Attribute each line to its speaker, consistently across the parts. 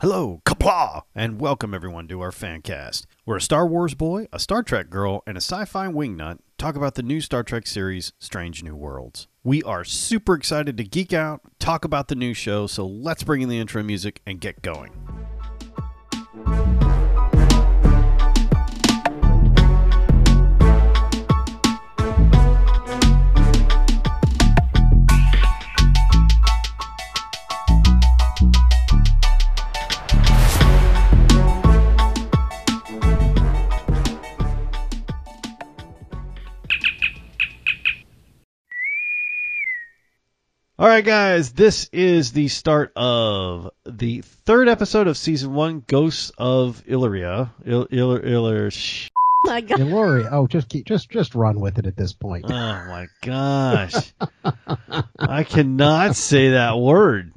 Speaker 1: Hello, kapla, and welcome everyone to our fan cast. We're a Star Wars boy, a Star Trek girl, and a sci-fi wingnut talk about the new Star Trek series, Strange New Worlds. We are super excited to geek out, talk about the new show, so let's bring in the intro music and get going. All right, guys, this is the start of the third episode of season one, Ghosts of Illyria. Il- Ill- Iller- sh-
Speaker 2: my God.
Speaker 3: Deloria. Oh, just keep, just just run with it at this point.
Speaker 1: oh my gosh. I cannot say that word.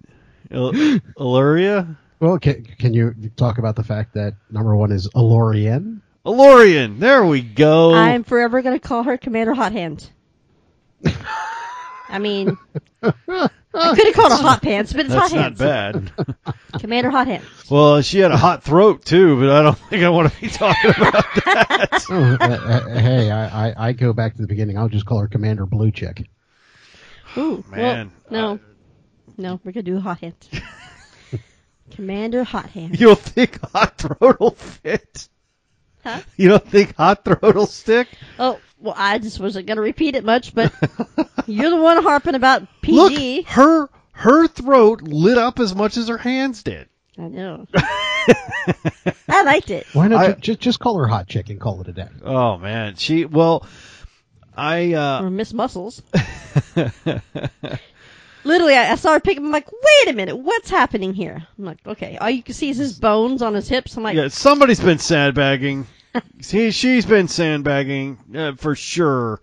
Speaker 1: Il- Illyria?
Speaker 3: Well, can, can you talk about the fact that number one is Alorian?
Speaker 1: Ilorian. There we go.
Speaker 2: I'm forever going to call her Commander Hot Hand. I mean, I could have called her Hot Pants, but it's
Speaker 1: That's
Speaker 2: Hot
Speaker 1: not
Speaker 2: Hands.
Speaker 1: bad.
Speaker 2: Commander Hot Hand.
Speaker 1: well, she had a hot throat too, but I don't think I want to be talking about.
Speaker 3: Oh, uh, uh, hey, I, I, I go back to the beginning. I'll just call her Commander Blue Chick.
Speaker 2: Ooh,
Speaker 1: Man,
Speaker 2: Well, no. no, we're going to do Hot Hand. Commander Hot Hand.
Speaker 1: You don't think hot throat will fit?
Speaker 2: Huh?
Speaker 1: You don't think hot throat will stick?
Speaker 2: Oh, well, I just wasn't going to repeat it much, but you're the one harping about PG.
Speaker 1: Look, her her throat lit up as much as her hands did.
Speaker 2: I know. I liked it.
Speaker 3: Why not
Speaker 1: I-
Speaker 3: ju- just just call her Hot Chick and call it a day?
Speaker 1: Oh man, she well, I uh,
Speaker 2: Or Miss Muscles. Hmm. Literally, I, I saw her pick him. I'm like, wait a minute, what's happening here? I'm like, okay, all you can see is his bones on his hips. I'm like,
Speaker 1: yeah, somebody's been sandbagging. He, she's been sandbagging uh, for sure.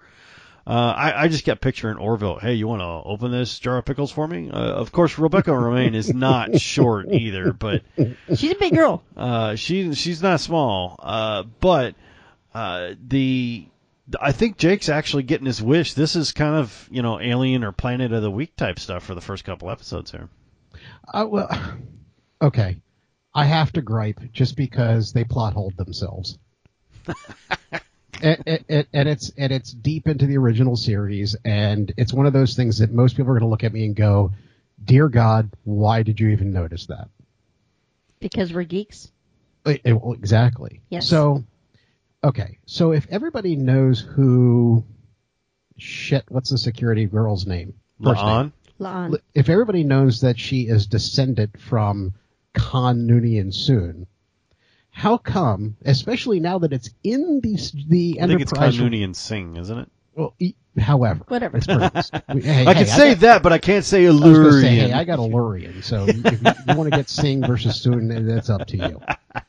Speaker 1: Uh, I, I just kept picturing Orville. Hey, you want to open this jar of pickles for me? Uh, of course, Rebecca Romaine is not short either, but
Speaker 2: she's a big girl.
Speaker 1: Uh, she she's not small, uh, but uh, the I think Jake's actually getting his wish. This is kind of you know alien or planet of the week type stuff for the first couple episodes here.
Speaker 3: Uh, well, okay, I have to gripe just because they plot hold themselves. and, and, and it's and it's deep into the original series, and it's one of those things that most people are going to look at me and go, "Dear God, why did you even notice that?"
Speaker 2: Because we're geeks.
Speaker 3: It- it- eh, well, exactly.
Speaker 2: Yes.
Speaker 3: So, okay. So if everybody knows who, shit, what's the security girl's name? First name.
Speaker 1: Laan?
Speaker 2: Lon.
Speaker 3: L- If everybody knows that she is descended from Khan Noonien Soon, how come, especially now that it's in the s- the
Speaker 1: I think it's
Speaker 3: Enterprise?
Speaker 1: Kanunian Singh, isn't it?
Speaker 3: well, e- however,
Speaker 2: Whatever.
Speaker 3: it's pronounced. We- hey,
Speaker 1: I can
Speaker 3: hey,
Speaker 1: say
Speaker 3: got-
Speaker 1: that, but I can't say
Speaker 3: I was gonna say,
Speaker 1: Illyrian.
Speaker 3: hey, I got a Lurian, so if you, want to get Singh versus Soon, then that's up to you.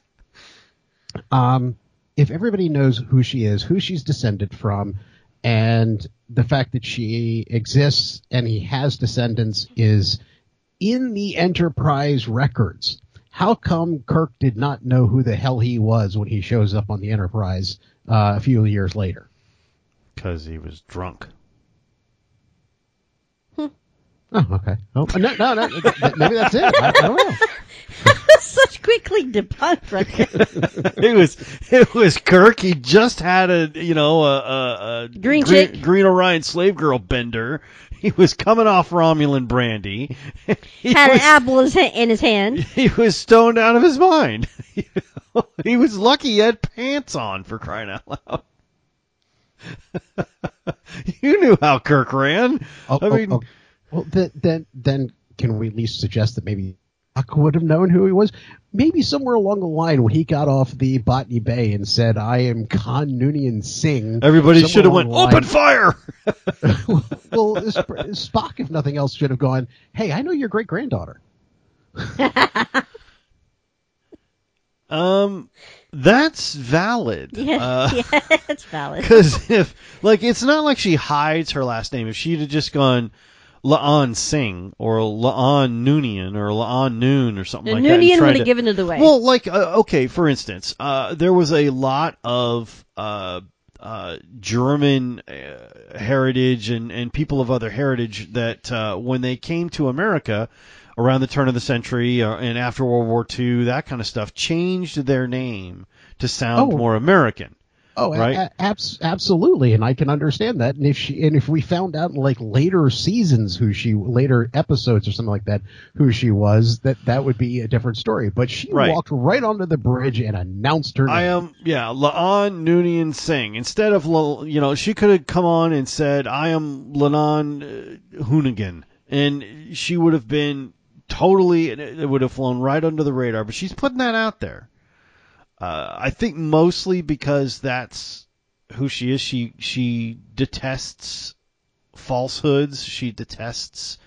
Speaker 3: Um, if everybody knows who she is, who she's descended from, and the fact that she exists and he has descendants is in the Enterprise records. How come Kirk did not know who the hell he was when he shows up on the Enterprise uh, a few years later?
Speaker 1: because he was drunk.
Speaker 3: Oh, okay. Oh, no, no, no. th- th- Maybe that's it. I, I don't know.
Speaker 2: Such quickly debunked right there.
Speaker 1: it was it was Kirk. He just had a you know a, a, a
Speaker 2: Green
Speaker 1: green,
Speaker 2: chick.
Speaker 1: green Orion slave girl bender. He was coming off Romulan brandy. He
Speaker 2: Had an
Speaker 1: was-
Speaker 2: apple in his ha- in his hand.
Speaker 1: he was stoned out of his mind. You know? he was lucky he had pants on for crying out loud. you knew how Kirk ran.
Speaker 3: Oh,
Speaker 1: I
Speaker 3: oh,
Speaker 1: mean,
Speaker 3: oh. well, then, then, then can we at least suggest that maybe Chuck would have known who he was? Maybe somewhere along the line when he got off the Botany Bay and said, "I am Khan Noonien Singh."
Speaker 1: everybody
Speaker 3: somewhere
Speaker 1: should have
Speaker 3: along
Speaker 1: went
Speaker 3: the line-
Speaker 1: open fire.
Speaker 3: well, Sp- Spock, if nothing else, should have gone. Hey, I know your great granddaughter.
Speaker 1: Um, that's valid.
Speaker 2: Yeah,
Speaker 1: Uh, Oh
Speaker 2: yeah, it's valid.
Speaker 1: Because if like it's not like she hides her last name. If she'd have just gone Laan Singh or Laan Noonian or Laan Noon or something
Speaker 2: The
Speaker 1: like that, and
Speaker 2: Noonian
Speaker 1: tried
Speaker 2: would
Speaker 1: to-
Speaker 2: have given it away.
Speaker 1: Well, like uh, okay, for instance, uh, there was a lot of uh, uh, German uh, heritage and and people of other heritage that uh, when they came to America. around the turn of the century uh, and after World War II, that kind of stuff, changed their name to sound
Speaker 3: Oh.
Speaker 1: more American.
Speaker 3: Oh, a-
Speaker 1: Right.
Speaker 3: a- abs- absolutely, and I can understand that. And if she and if we found out in like later seasons who she later episodes or something like that who she was, that that would be a different story. But she
Speaker 1: Right.
Speaker 3: walked right onto the bridge and announced her name.
Speaker 1: I uh, am, yeah, Laan Noonien Singh. Instead of, La- you know, she could have come on and said, I am Lanan uh, Hoonigan. And she would have been totally, it would have flown right under the radar. But she's putting that out there. Uh, I think mostly because that's who she is. She she detests falsehoods. She detests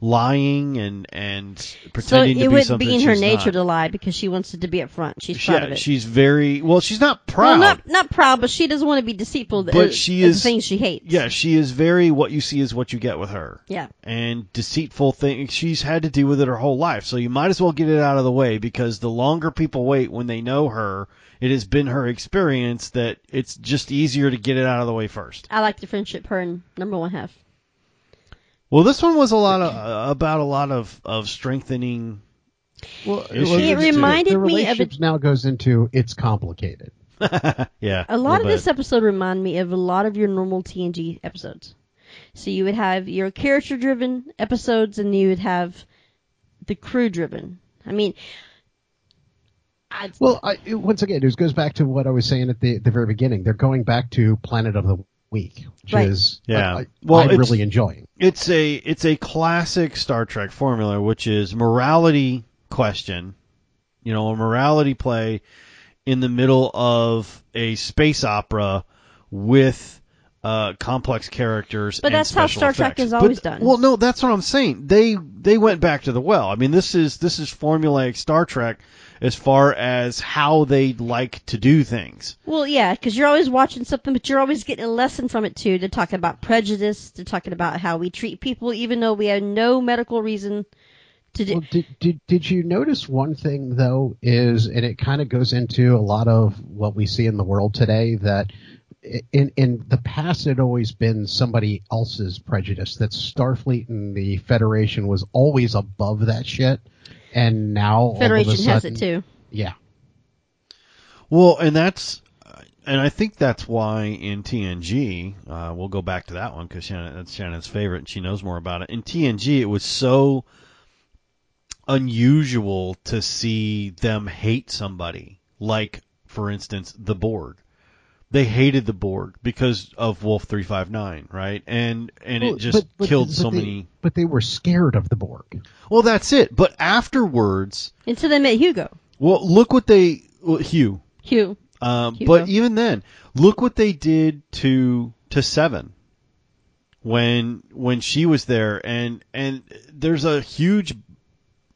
Speaker 1: lying and and
Speaker 2: So
Speaker 1: pretending
Speaker 2: it
Speaker 1: to be
Speaker 2: would
Speaker 1: something
Speaker 2: be in her
Speaker 1: she's
Speaker 2: nature
Speaker 1: not.
Speaker 2: to lie because she wants it to be up front. She's
Speaker 1: She-
Speaker 2: proud of it.
Speaker 1: she's very well. She's not proud.
Speaker 2: Well, not not proud, but she doesn't want to be deceitful.
Speaker 1: But she is-
Speaker 2: the things she hates.
Speaker 1: Yeah, she is very what you see is what you get with her.
Speaker 2: Yeah.
Speaker 1: And deceitful thing she's had to deal with it her whole life. So you might as well get it out of the way because the longer people wait when they know her, it has been her experience that it's just easier to get it out of the way first.
Speaker 2: I like the friendship her and number one half.
Speaker 1: Well, this one was a lot of uh, about a lot of of strengthening.
Speaker 3: Well,
Speaker 1: It It
Speaker 2: reminded
Speaker 3: the
Speaker 2: me of
Speaker 3: relationship now goes into it's complicated.
Speaker 1: Yeah.
Speaker 2: A lot
Speaker 1: little
Speaker 2: of this
Speaker 1: bit.
Speaker 2: episode remind me of a lot of your normal TNG episodes. So you would have your character driven episodes and you would have the crew driven. I mean, I,
Speaker 3: Well, I, it- once again, it goes back to what I was saying at the, the very beginning. They're going back to Planet of the Week, which
Speaker 2: Right.
Speaker 3: is
Speaker 1: Yeah.
Speaker 3: I- I,
Speaker 1: Well,
Speaker 3: I'm
Speaker 1: it's-
Speaker 3: really enjoying.
Speaker 1: it's a it's a classic Star Trek formula, which is morality question, you know, a morality play in the middle of a space opera with uh, complex characters.
Speaker 2: But
Speaker 1: and
Speaker 2: that's how
Speaker 1: special
Speaker 2: Star Trek
Speaker 1: effects.
Speaker 2: has always
Speaker 1: But-
Speaker 2: done.
Speaker 1: Well, no, that's what I'm saying. They they went back to the well. I mean, this is this is formulaic Star Trek as far as how they like to do things.
Speaker 2: well, yeah, because you're always watching something, but you're always getting a lesson from it too. They're talking about prejudice. They're talking about how we treat people, even though we have no medical reason to do.
Speaker 3: Well, did, did, did you notice one thing, though, is, and it kind of goes into a lot of what we see in the world today, that i- in, in the past it had always been somebody else's prejudice, that Starfleet and the Federation was always above that shit, and now all of a
Speaker 2: Federation has
Speaker 3: sudden-
Speaker 2: it too.
Speaker 3: Yeah.
Speaker 1: Well, and that's, and I think that's why in TNG, uh, we'll go back to that one because Shannon, that's Shannon's favorite, and she knows more about it. In TNG, it was so unusual to see them hate somebody, like for instance the Borg. They hated the Borg because of Wolf three five nine, right? And and
Speaker 3: Well,
Speaker 1: it just
Speaker 3: but- but-
Speaker 1: killed
Speaker 3: but
Speaker 1: so
Speaker 3: they-
Speaker 1: many.
Speaker 3: But they were scared of the Borg.
Speaker 1: Well, that's it. But afterwards,
Speaker 2: Until they met Hugo.
Speaker 1: well, look what they well, Hugh.
Speaker 2: Hugh.
Speaker 1: Um,
Speaker 2: Hugo.
Speaker 1: but even then, look what they did to to Seven when when she was there, and and there's a huge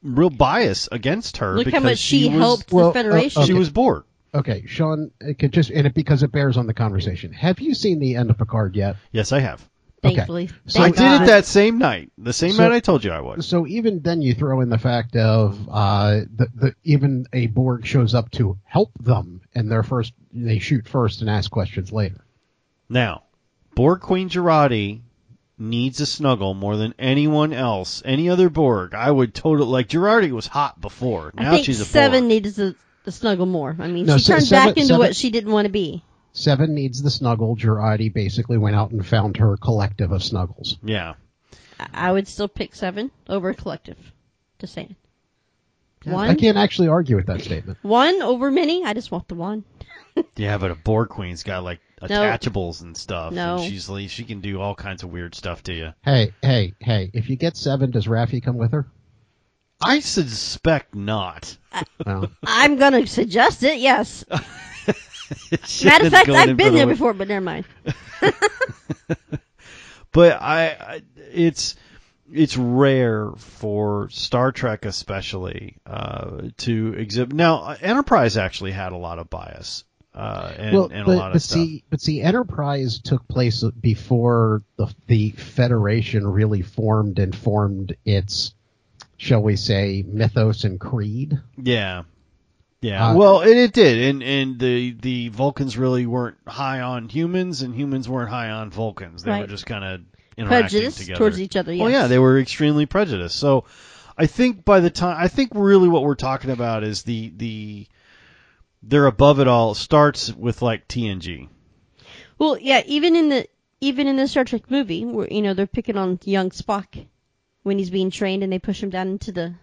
Speaker 1: real bias against her
Speaker 2: Look
Speaker 1: because
Speaker 2: how much she,
Speaker 1: was,
Speaker 2: helped
Speaker 3: well,
Speaker 2: the
Speaker 3: uh,
Speaker 2: Federation.
Speaker 1: She was bored.
Speaker 3: Okay, Sean, it could just and it because it bears on the conversation. Have you seen the end of Picard yet?
Speaker 1: Yes, I have.
Speaker 3: okay.
Speaker 2: thankfully.
Speaker 3: So
Speaker 2: Thank
Speaker 1: I did
Speaker 2: God.
Speaker 1: it that same night, the same
Speaker 3: So-
Speaker 1: night I told you I was.
Speaker 3: So even then, you throw in the fact of uh, the, the even a Borg shows up to help them, and they're first they shoot first and ask questions later.
Speaker 1: Now, Borg Queen Girardi needs a snuggle more than anyone else, any other Borg. I would totally like Girardi was hot before.
Speaker 2: I
Speaker 1: Now
Speaker 2: think
Speaker 1: she's a
Speaker 2: seven
Speaker 1: Borg.
Speaker 2: needed to, to snuggle more. I mean,
Speaker 3: No,
Speaker 2: she
Speaker 3: se-
Speaker 2: turned
Speaker 3: seven-
Speaker 2: back into
Speaker 3: seven-
Speaker 2: what she didn't want to be.
Speaker 3: Seven needs the snuggle. Girardi basically went out and found her collective of snuggles.
Speaker 1: Yeah.
Speaker 2: I, I would still pick seven over collective. Just saying.
Speaker 3: I
Speaker 2: One,
Speaker 3: can't actually argue with that statement.
Speaker 2: one over many. I just want the one.
Speaker 1: Yeah, but a board queen's got like attachables and stuff.
Speaker 2: No.
Speaker 1: And she's like- she can do all kinds of weird stuff to you.
Speaker 3: Hey, hey, hey! If you get seven, does Rafi come with her?
Speaker 1: I suspect not.
Speaker 3: No.
Speaker 2: I'm gonna suggest it. Yes. Matter
Speaker 1: Shannon's
Speaker 2: of fact,
Speaker 1: going
Speaker 2: I've
Speaker 1: in
Speaker 2: been
Speaker 1: for the
Speaker 2: there
Speaker 1: win.
Speaker 2: before, but never mind.
Speaker 1: But I, I it's it's rare for Star Trek especially uh, to exhibit. Now, Enterprise actually had a lot of bias uh, and, and a lot of stuff.
Speaker 3: see, but see, Enterprise took place before the the Federation really formed and formed its, shall we say, mythos and creed.
Speaker 1: Yeah. Yeah.
Speaker 3: Uh,
Speaker 1: well, it, it did. And and the the Vulcans really weren't high on humans and humans weren't high on Vulcans. They were
Speaker 2: Right.
Speaker 1: just kind of interacting
Speaker 2: Prejudice
Speaker 1: together.
Speaker 2: towards each other. Yes.
Speaker 1: Well, yeah, they were extremely prejudiced. So I think by the time I think really what we're talking about is the the they're above it all starts with like TNG.
Speaker 2: Well, yeah, even in the even in the Star Trek movie, where you know they're picking on young Spock when he's being trained, and they push him down into the,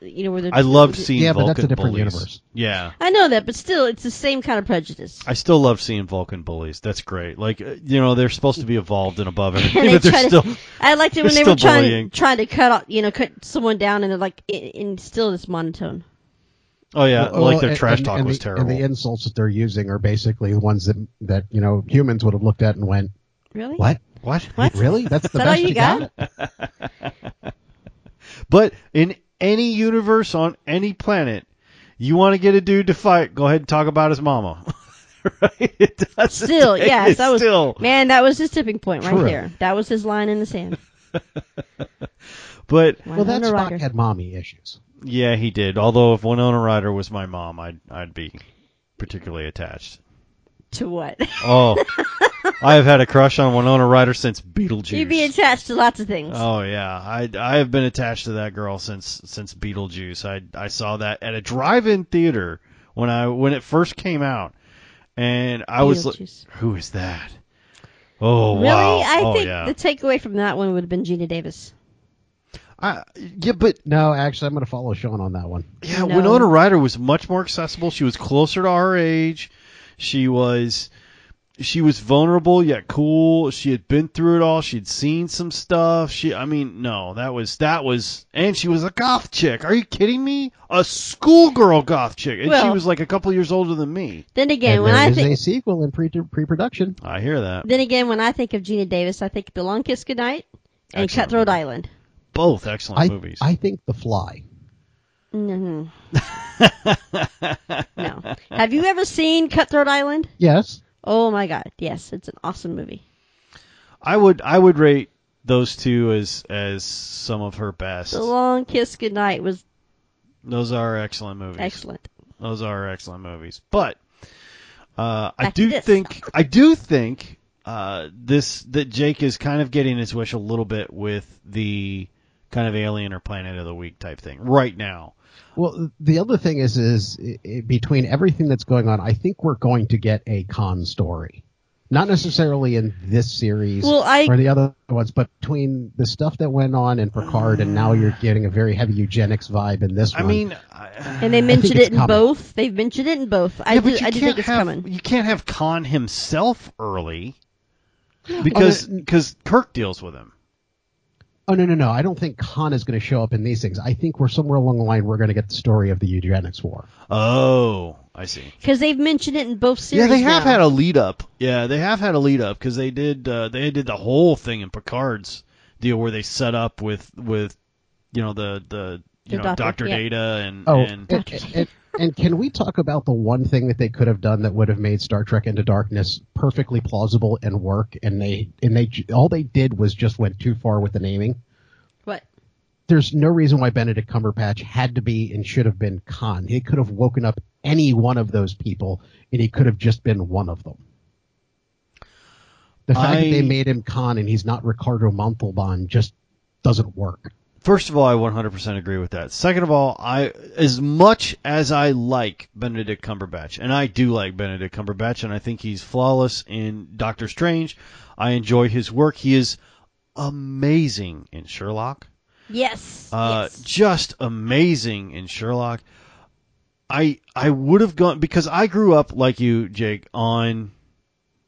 Speaker 2: the you know where they're.
Speaker 1: I loved seeing
Speaker 3: Yeah, but
Speaker 1: Vulcan
Speaker 3: that's a different
Speaker 1: bullies.
Speaker 3: universe.
Speaker 1: Yeah.
Speaker 2: I know that, but still, it's the same kind of prejudice.
Speaker 1: I still love seeing Vulcan bullies. That's great. Like uh, you know, they're supposed to be evolved and above everything,
Speaker 2: And
Speaker 1: but
Speaker 2: they
Speaker 1: they're
Speaker 2: try to-
Speaker 1: still
Speaker 2: I liked it when
Speaker 1: They're
Speaker 2: they were
Speaker 1: still
Speaker 2: trying
Speaker 1: bullying.
Speaker 2: trying to cut off, you know, cut someone down, and they're like, i- and still this monotone.
Speaker 1: Oh yeah,
Speaker 3: Well,
Speaker 1: like their
Speaker 3: and-
Speaker 1: trash
Speaker 3: and-
Speaker 1: talk
Speaker 3: and
Speaker 1: was
Speaker 3: the,
Speaker 1: terrible.
Speaker 3: And the insults that they're using are basically the ones that that you know humans would have looked at and went,
Speaker 2: Really?
Speaker 3: "What?
Speaker 1: what?
Speaker 2: What?
Speaker 3: Really? That's the
Speaker 2: that all
Speaker 3: best
Speaker 2: you
Speaker 3: got?
Speaker 1: But in any universe on any planet, you want to get a dude to fight, go ahead and talk about his mama. right? It doesn't
Speaker 2: Still,
Speaker 1: take
Speaker 2: yes,
Speaker 1: it
Speaker 2: that was
Speaker 1: still.
Speaker 2: man. That was his tipping point right
Speaker 3: True.
Speaker 2: there. That was his line in the sand.
Speaker 1: But
Speaker 3: Well, that
Speaker 2: Winona
Speaker 3: Spock
Speaker 2: Ryder.
Speaker 3: had mommy issues.
Speaker 1: yeah, he did. Although if Winona Ryder was my mom, I'd I'd be particularly attached.
Speaker 2: to what?
Speaker 1: Oh, I have had a crush on Winona Ryder since Beetlejuice.
Speaker 2: You'd be attached to lots of things.
Speaker 1: Oh yeah, I I have been attached to that girl since since Beetlejuice. I I saw that at a drive-in theater when I when it first came out, and I was like,
Speaker 2: Beetlejuice.
Speaker 1: who is that? Oh
Speaker 2: really?
Speaker 1: wow!
Speaker 2: I
Speaker 1: oh
Speaker 2: think
Speaker 1: yeah.
Speaker 2: the takeaway from that one would have been Gina Davis.
Speaker 1: I, yeah, but
Speaker 3: No, actually, I'm going to follow Sean on that one.
Speaker 1: yeah,
Speaker 2: No.
Speaker 1: Winona Ryder was much more accessible. She was closer to our age. She was she was vulnerable yet cool. She had been through it all. She'd seen some stuff. She I mean, no, that was that was and she was a goth chick. Are you kidding me? A schoolgirl goth chick. And she
Speaker 2: Well-
Speaker 1: was like a couple years older than me.
Speaker 2: Then again,
Speaker 3: and
Speaker 2: when
Speaker 3: there
Speaker 2: I
Speaker 3: is
Speaker 2: think
Speaker 3: a sequel in pre pre production.
Speaker 1: I hear that.
Speaker 2: then again when I think of Gina Davis, I think The Long Kiss Goodnight and
Speaker 1: Excellent
Speaker 2: Cutthroat
Speaker 1: movie.
Speaker 2: Island.
Speaker 1: Both excellent
Speaker 3: I
Speaker 1: movies.
Speaker 3: I think The Fly.
Speaker 2: hmm no. Have you ever seen Cutthroat Island?
Speaker 3: Yes,
Speaker 2: Oh my God! Yes, it's an awesome movie.
Speaker 1: I would I would rate those two as as some of her best.
Speaker 2: The Long Kiss Goodnight was
Speaker 1: Those are excellent movies.
Speaker 2: excellent.
Speaker 1: Those are excellent movies. But uh, I
Speaker 2: Back to
Speaker 1: do
Speaker 2: this.
Speaker 1: think I do think uh, this that Jake is kind of getting his wish a little bit with the kind of alien or planet of the week type thing right now.
Speaker 3: Well, the other thing is, is i i between everything that's going on, I think we're going to get a con story, not necessarily in this series
Speaker 2: Well, I-
Speaker 3: or the other ones, but between the stuff that went on in Picard and now you're getting a very heavy eugenics vibe in this
Speaker 1: I
Speaker 3: one.
Speaker 1: mean, I,
Speaker 2: And they mentioned
Speaker 3: it's
Speaker 2: it in
Speaker 3: coming.
Speaker 2: both. They've mentioned it in both. I
Speaker 1: yeah,
Speaker 2: do,
Speaker 1: but you
Speaker 2: I do
Speaker 1: can't
Speaker 2: think it's
Speaker 1: have
Speaker 2: coming.
Speaker 1: you can't have Khan himself early because
Speaker 3: Well,
Speaker 1: because Kirk deals with him.
Speaker 3: oh no, no, no! I don't think Khan is going to show up in these things. I think we're somewhere along the line we're going to get the story of the eugenics war.
Speaker 1: Oh, I see.
Speaker 2: Because they've mentioned it in both series.
Speaker 1: yeah, they have
Speaker 2: now.
Speaker 1: had a lead up. Yeah, they have had a lead up because they did uh, they did the whole thing in Picard's deal where they set up with with you know the the you
Speaker 2: The
Speaker 1: know
Speaker 2: doctor,
Speaker 1: Doctor
Speaker 2: yeah.
Speaker 1: Data and
Speaker 3: Oh,
Speaker 1: and
Speaker 3: and, and, and can we talk about the one thing that they could have done that would have made Star Trek Into Darkness perfectly plausible and work? And they and they ju- all they did was just went too far with the naming.
Speaker 2: What?
Speaker 3: There's no reason why Benedict Cumberbatch had to be and should have been Khan. He could have woken up any one of those people, and he could have just been one of them. The fact
Speaker 1: I-
Speaker 3: that they made him Khan and he's not Ricardo Montalban just doesn't work.
Speaker 1: first of all, I 100% agree with that. Second of all, I as much as I like Benedict Cumberbatch, and I do like Benedict Cumberbatch, and I think he's flawless in Doctor Strange. I enjoy his work. He is amazing in Sherlock.
Speaker 2: Yes.
Speaker 1: Uh,
Speaker 2: yes.
Speaker 1: just amazing in Sherlock. I I would have gone because I grew up like you, Jake, on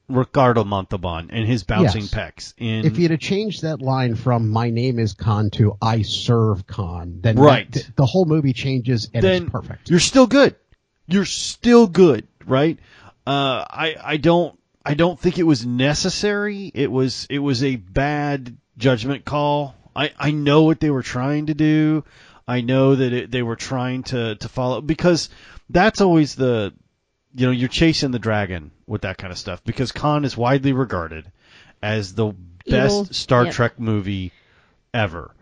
Speaker 1: Ricardo Montalban and his bouncing
Speaker 3: Yes.
Speaker 1: pecs. In
Speaker 3: if you'd have changed that line from "My name is Khan" to "I serve Khan," then
Speaker 1: Right.
Speaker 3: that- the whole movie changes and
Speaker 1: then
Speaker 3: it's perfect.
Speaker 1: you're still good. You're still good, right? Uh, I I don't I don't think it was necessary. It was it was a bad judgment call. I I know what they were trying to do. I know that it, they were trying to to follow because that's always the you know you're chasing the dragon with that kind of stuff because Khan is widely regarded as the best
Speaker 2: Evil,
Speaker 1: Star
Speaker 2: yep.
Speaker 1: Trek movie ever.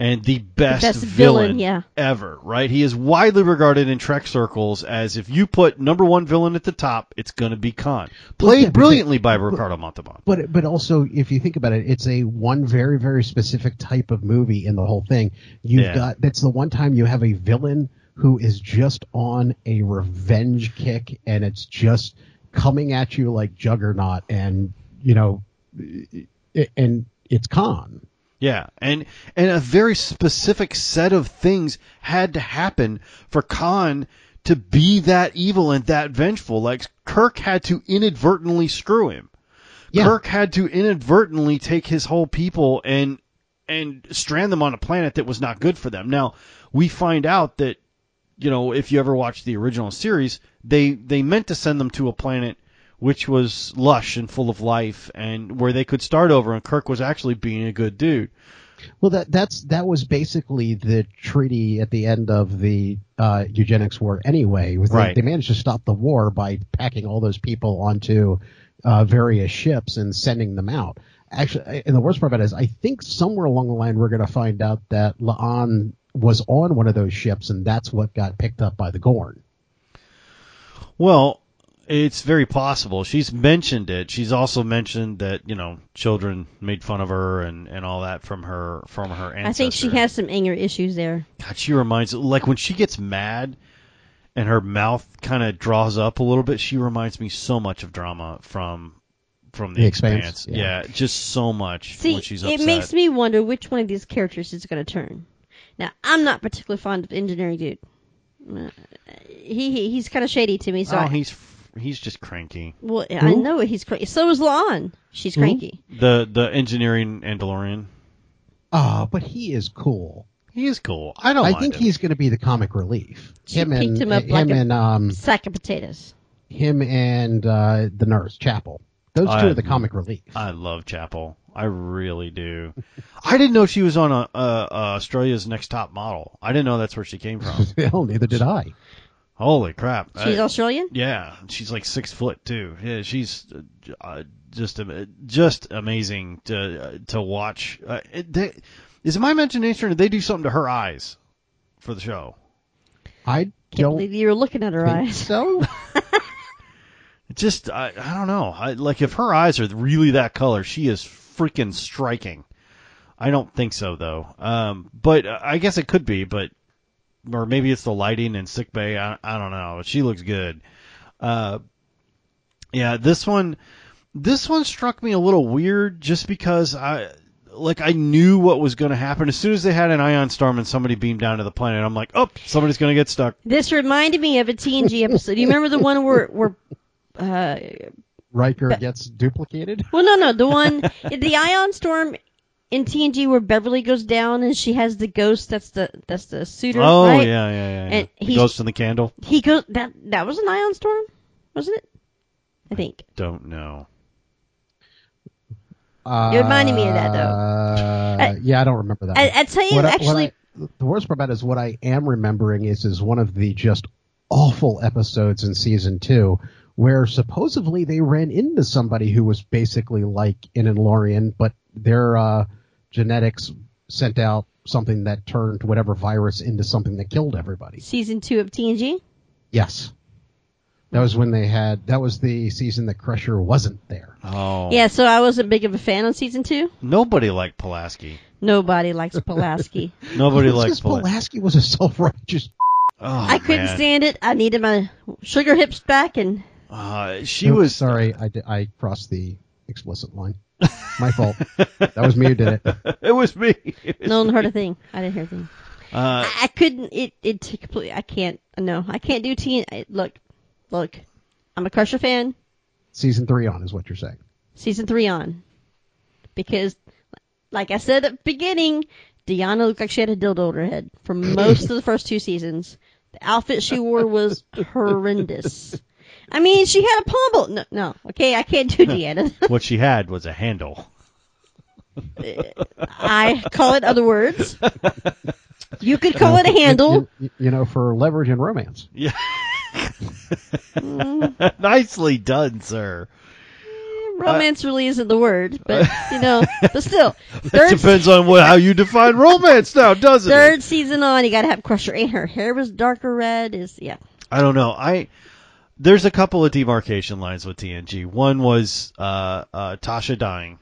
Speaker 1: and the best,
Speaker 2: best
Speaker 1: villain,
Speaker 2: villain, yeah.
Speaker 1: ever, right? He is widely regarded in Trek circles as if you put number one villain at the top, it's going to be Khan. Played
Speaker 3: yeah, because-
Speaker 1: brilliantly by Ricardo Montalban.
Speaker 3: But but also, if you think about it, it's a one very very specific type of movie in the whole thing. You've
Speaker 1: Yeah.
Speaker 3: got that's the one time you have a villain who is just on a revenge kick, and it's just coming at you like Juggernaut, and you know, i- and it's Khan.
Speaker 1: Yeah, and and a very specific set of things had to happen for Khan to be that evil and that vengeful. Like Kirk had to inadvertently screw him.
Speaker 3: Yeah.
Speaker 1: Kirk had to inadvertently take his whole people and and strand them on a planet that was not good for them. Now, we find out that you know, if you ever watch the original series, they they meant to send them to a planet which was lush and full of life and where they could start over and Kirk was actually being a good dude.
Speaker 3: Well, that that's that was basically the treaty at the end of the uh, eugenics war. Anyway, with
Speaker 1: Right.
Speaker 3: they, they managed to stop the war by packing all those people onto uh, various ships and sending them out. Actually, I- and the worst part about it is, I think somewhere along the line we're going to find out that Laan was on one of those ships, and that's what got picked up by the Gorn.
Speaker 1: Well, it's very possible. She's mentioned it. She's also mentioned that, you know, children made fun of her and, and all that from her from her ancestor.
Speaker 2: I think she has some anger issues there.
Speaker 1: God, she reminds like when she gets mad and her mouth kind of draws up a little bit, she reminds me so much of drama from from the,
Speaker 3: The Expanse,
Speaker 1: Yeah.
Speaker 3: yeah.
Speaker 1: just so much
Speaker 2: See,
Speaker 1: when she's upset.
Speaker 2: it makes me wonder which one of these characters is going to turn. Now, I'm not particularly fond of engineering dude. Uh, he, he he's kind of shady to me. So
Speaker 1: oh,
Speaker 2: I,
Speaker 1: he's f- he's just cranky.
Speaker 2: well, I
Speaker 3: Who?
Speaker 2: know he's cranky. So is Lon. She's cranky.
Speaker 1: The the engineering Andalorian.
Speaker 3: Ah, but he is cool.
Speaker 1: He is cool. I don't.
Speaker 3: I
Speaker 1: mind
Speaker 3: think
Speaker 1: him.
Speaker 3: he's going to be the comic relief.
Speaker 2: She
Speaker 3: him
Speaker 2: picked
Speaker 3: and
Speaker 2: him up
Speaker 3: him
Speaker 2: like a-
Speaker 3: and um
Speaker 2: Sack of potatoes.
Speaker 3: him and uh, the nurse Chapel. Those two
Speaker 1: I-
Speaker 3: are the comic relief.
Speaker 1: I love Chapel. I really do. I didn't know she was on a, uh uh Australia's Next Top Model. I didn't know that's where she came from.
Speaker 3: Hell, neither did I.
Speaker 1: Holy crap!
Speaker 2: She's
Speaker 1: I-
Speaker 2: Australian.
Speaker 1: Yeah, she's like six foot too. Yeah, she's uh, j- uh, just am- just amazing to uh, to watch. Uh, it, they, is it my imagination or did they do something to her eyes for the show?
Speaker 3: I
Speaker 2: Can't
Speaker 3: don't
Speaker 2: believe you were looking at her
Speaker 3: think
Speaker 2: eyes.
Speaker 3: so.
Speaker 1: It Just I, I don't know. I, like if her eyes are really that color, she is freaking striking. I don't think so though. Um, but uh, I guess it could be, but or maybe it's the lighting in sick bay. I, I don't know. She looks good. Uh, yeah, this one, this one struck me a little weird just because I, like, I knew what was going to happen as soon as they had an ion storm and somebody beamed down to the planet. I'm like, oh, somebody's going to get stuck.
Speaker 2: This reminded me of a TNG episode. Do you remember the one where where? Uh,
Speaker 3: Riker gets duplicated.
Speaker 2: well, no, no, the one the ion storm in TNG where Beverly goes down and she has the ghost. That's the that's the suitor.
Speaker 1: Oh
Speaker 2: right?
Speaker 1: yeah, yeah, yeah. yeah.
Speaker 2: And
Speaker 1: the
Speaker 2: he's-
Speaker 1: ghost in the candle.
Speaker 2: He goes that that was an ion storm, wasn't it? I think.
Speaker 1: Don't know.
Speaker 3: Uh,
Speaker 2: It reminded me of that, though. I-
Speaker 3: yeah, I don't remember that.
Speaker 2: I,
Speaker 3: one.
Speaker 2: I tell you,
Speaker 3: What I- what
Speaker 2: actually,
Speaker 3: I- the worst part about it is what I am remembering is is one of the just awful episodes in season two where supposedly they ran into somebody who was basically like an Enlorian, but their uh, genetics sent out something that turned whatever virus into something that killed everybody.
Speaker 2: season two of TNG.
Speaker 3: Yes. That was when they had that was the season that Crusher wasn't there.
Speaker 1: Oh,
Speaker 2: Yeah, so I wasn't big of a fan on season two.
Speaker 1: Nobody liked Pulaski.
Speaker 2: Nobody likes Pulaski.
Speaker 1: Nobody
Speaker 3: It's
Speaker 1: likes
Speaker 3: because
Speaker 1: Pulaski.
Speaker 3: Pulaski was a self righteous
Speaker 1: Oh,
Speaker 2: I couldn't
Speaker 1: man.
Speaker 2: stand it. I needed my sugar hips back, and
Speaker 1: Uh, she was
Speaker 3: sorry, I, di- I crossed the explicit line. My fault. that was me who did it.
Speaker 1: it was me. It was-
Speaker 2: no one heard a thing. I didn't hear a thing.
Speaker 1: Uh,
Speaker 2: I, I couldn't. It it t- completely. I can't. No, I can't do TN. I- Look, look. I'm a Crusher fan.
Speaker 3: Season three on is what you're saying.
Speaker 2: Season three on, because, like I said at the beginning, Deanna looked like she had a dildo in her head for most of the first two seasons. The outfit she wore was horrendous. I mean, she had a pommel. No, no. Okay, I can't do Deanna.
Speaker 1: what she had was a handle.
Speaker 2: I call it other words. You could call it a handle.
Speaker 3: You- You, you know, for leverage and romance.
Speaker 1: Nicely done, sir.
Speaker 2: romance really isn't the word, but you know, but still,
Speaker 1: It
Speaker 2: third
Speaker 1: depends on what, how you define romance now, doesn't it?
Speaker 2: third season on, you gotta have Crusher, and her hair was darker red. Is yeah,
Speaker 1: I don't know. I there's a couple of demarcation lines with TNG. One was uh, uh, Tasha dying.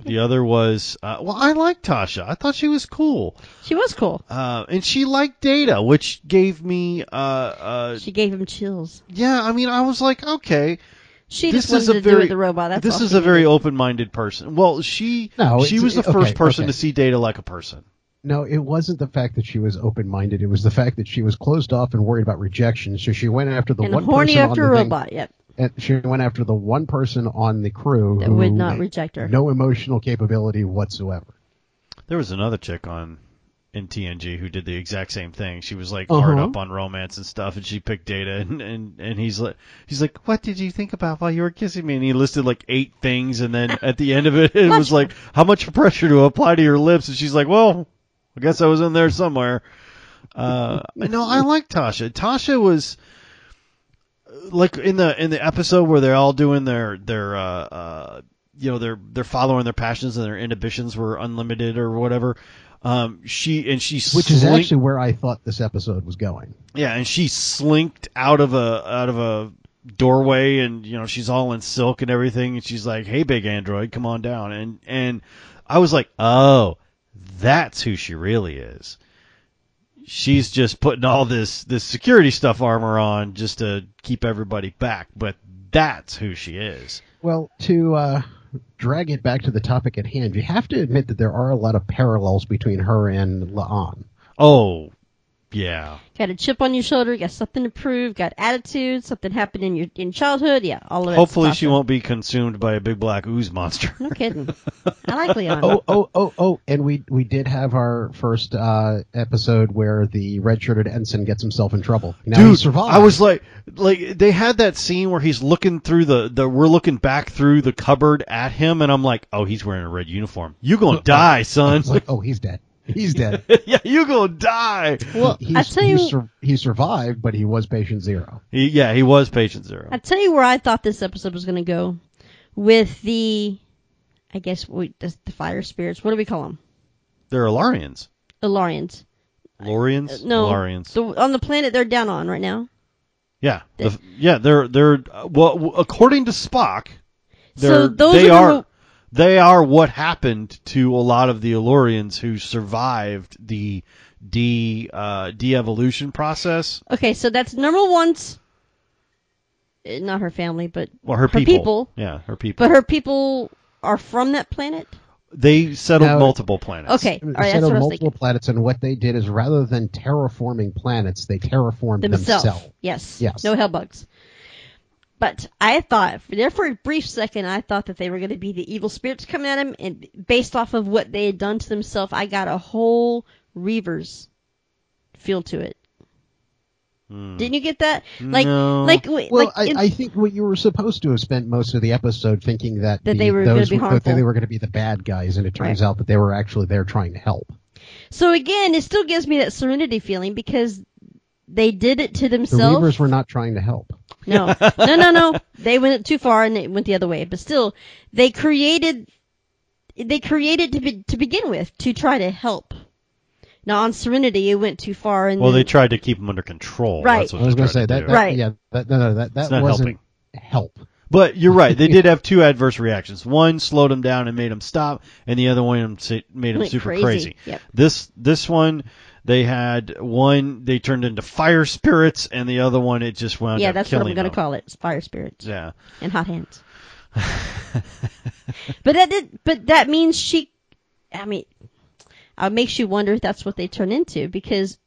Speaker 1: The other was uh, well, I liked Tasha. I thought she was cool,
Speaker 2: she was cool.
Speaker 1: uh, and she liked Data, which gave me uh, uh,
Speaker 2: She gave him chills.
Speaker 1: yeah. I mean, I was like, okay,
Speaker 2: She
Speaker 1: this
Speaker 2: just wanted
Speaker 1: is a
Speaker 2: to
Speaker 1: very
Speaker 2: do with the robot. That's
Speaker 1: this
Speaker 2: all
Speaker 1: is
Speaker 2: she
Speaker 1: a very
Speaker 2: did.
Speaker 1: open-minded person. Well, she
Speaker 3: No,
Speaker 1: she
Speaker 3: it's-
Speaker 1: was the
Speaker 3: okay,
Speaker 1: first person
Speaker 3: okay.
Speaker 1: to see Data like a person.
Speaker 3: No, it wasn't the fact that she was open minded. It was the fact that she was closed off and worried about rejection. So she went after the
Speaker 2: and
Speaker 3: one
Speaker 2: horny
Speaker 3: person
Speaker 2: after a
Speaker 3: on the thing-
Speaker 2: robot. Yep,
Speaker 3: and she went after the one person on the crew
Speaker 2: that
Speaker 3: who
Speaker 2: would not reject her.
Speaker 3: no emotional capability whatsoever.
Speaker 1: There was another chick on in TNG who did the exact same thing. She was like
Speaker 3: Uh-huh.
Speaker 1: hard up on romance and stuff, and she picked Data, and, and and he's like, he's like, what did you think about while you were kissing me? And he listed like eight things, and then at the end of it, it was like, how much pressure to apply to your lips? And she's like, well, I guess I was in there somewhere. Uh, no, I like Tasha. Tasha was like in the in the episode where they're all doing their their uh, uh you know they're they're following their passions and their inhibitions were unlimited or whatever. Um, she and she
Speaker 3: Which is
Speaker 1: slink-
Speaker 3: actually where I thought this episode was going.
Speaker 1: yeah, and she slinked out of a out of a doorway, and you know she's all in silk and everything, and she's like, "Hey, big android, come on down." And and I was like, "Oh, that's who she really is." She's just putting all this this security stuff armor on just to keep everybody back, but that's who she is.
Speaker 3: Well, to uh, drag it back to the topic at hand, you have to admit that there are a lot of parallels between her and Laan.
Speaker 1: Oh, yeah.
Speaker 2: Got a chip on your shoulder. Got something to prove. Got attitude. Something happened in your in childhood. Yeah, all of it.
Speaker 1: Hopefully she won't be consumed by a big black ooze monster.
Speaker 2: No kidding. I like Leon.
Speaker 3: Oh, oh, oh, oh! And we we did have our first uh, episode where the red-shirted ensign gets himself in trouble. Now he
Speaker 1: Dude,
Speaker 3: survived.
Speaker 1: I was like, like they had that scene where he's looking through the, the we're looking back through the cupboard at him, and I'm like, oh, he's wearing a red uniform. You gonna die, son?
Speaker 3: It's like, oh, he's dead. He's dead.
Speaker 1: yeah, you gonna die.
Speaker 2: Well,
Speaker 3: he,
Speaker 2: I
Speaker 3: he's-
Speaker 2: tell
Speaker 3: he
Speaker 2: you,
Speaker 3: sur- he survived, but he was patient zero.
Speaker 1: He, yeah, he was patient zero.
Speaker 2: I tell you where I thought this episode was going to go with the, I guess we, the, the fire spirits. What do we call them?
Speaker 1: They're Ilarians.
Speaker 2: Ilarians.
Speaker 1: Lorians?
Speaker 2: uh, No,
Speaker 1: Ilarians.
Speaker 2: the, on the planet they're down on right now.
Speaker 1: yeah, the, yeah. They're they're uh, well, w- according to Spock, they're,
Speaker 2: so those
Speaker 1: they
Speaker 2: are,
Speaker 1: are.
Speaker 2: the ro-
Speaker 1: they are what happened to a lot of the Ilorians who survived the de uh, de-evolution process
Speaker 2: okay. So that's number one's, eh, not her family, but
Speaker 1: Well, her,
Speaker 2: Her
Speaker 1: people.
Speaker 2: people.
Speaker 1: Yeah, her people.
Speaker 2: but her people are from that planet.
Speaker 1: they settled
Speaker 3: Now-
Speaker 1: multiple planets.
Speaker 2: Okay, all right,
Speaker 3: Instead
Speaker 2: that's
Speaker 3: of
Speaker 2: what I was
Speaker 3: multiple
Speaker 2: thinking.
Speaker 3: planets, and what they did is rather than terraforming planets, they terraformed
Speaker 2: Themselves.
Speaker 3: themselves.
Speaker 2: Yes.
Speaker 3: Yes.
Speaker 2: No hellbugs. But I thought, there for a brief second, I thought that they were going to be the evil spirits coming at him, and based off of what they had done to themselves, I got a whole Reavers feel to it. Didn't you get that? Like,
Speaker 1: No.
Speaker 2: like, wait,
Speaker 3: Well,
Speaker 2: like
Speaker 3: I,
Speaker 2: in-
Speaker 3: I think what you were supposed to have spent most of the episode thinking that,
Speaker 2: That
Speaker 3: the-
Speaker 2: they were gonna
Speaker 3: those
Speaker 2: be
Speaker 3: were, that
Speaker 2: harmful.
Speaker 3: they were going to be the bad guys, and it turns
Speaker 2: Right.
Speaker 3: out that they were actually there trying to help.
Speaker 2: so again, it still gives me that serenity feeling because they did it to
Speaker 3: The
Speaker 2: themselves.
Speaker 3: Reavers were not trying to help.
Speaker 2: No, no, no, no. They went too far and it went the other way. But still, they created, they created to be, to begin with to try to help. Now on Serenity, it went too far and
Speaker 1: well, they
Speaker 2: then-
Speaker 1: tried to keep them under control.
Speaker 2: Right.
Speaker 1: That's what
Speaker 3: I was
Speaker 1: going to
Speaker 3: say that, that-
Speaker 2: Right.
Speaker 3: yeah, that, no, no, that, that
Speaker 1: not
Speaker 3: wasn't help.
Speaker 1: But you're right. They did have two adverse reactions. One slowed them down and made them stop, and the other one si- made them
Speaker 2: Went
Speaker 1: super
Speaker 2: crazy.
Speaker 1: crazy.
Speaker 2: Yep.
Speaker 1: This this one, they had one. They turned into fire spirits, and the other one, it just wound
Speaker 2: yeah,
Speaker 1: up
Speaker 2: that's what
Speaker 1: killing
Speaker 2: I'm gonna
Speaker 1: them.
Speaker 2: call it: it's fire spirits
Speaker 1: Yeah.
Speaker 2: and hot hands. but that did, but that means she. I mean, uh, it makes you wonder if that's what they turn into because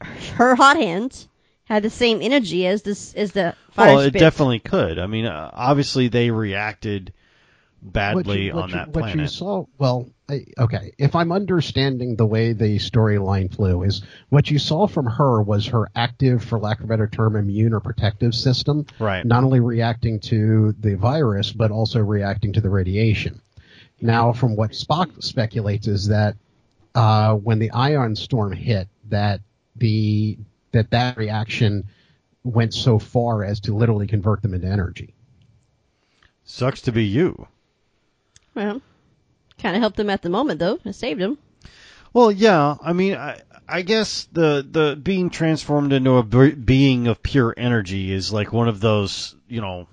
Speaker 2: her hot hands had the same energy as this as the fire
Speaker 1: well, Oh, it
Speaker 2: spirits.
Speaker 1: definitely could. I mean, uh, obviously they reacted
Speaker 3: What
Speaker 1: badly
Speaker 3: you- what
Speaker 1: on
Speaker 3: you-
Speaker 1: that
Speaker 3: what
Speaker 1: planet.
Speaker 3: you saw, well, I, okay. If I'm understanding the way the storyline flew, is what you saw from her was her active, for lack of a better term, immune or protective system,
Speaker 1: Right.
Speaker 3: Not only reacting to the virus, but also reacting to the radiation. Now, from what Spock speculates is that uh, when the ion storm hit, that the that that reaction went so far as to literally convert them into energy.
Speaker 1: Sucks to be you.
Speaker 2: Well, kind of helped them at the moment though. I saved them.
Speaker 1: Well, yeah. I mean, I, I guess the the being transformed into a b- being of pure energy is like one of those you know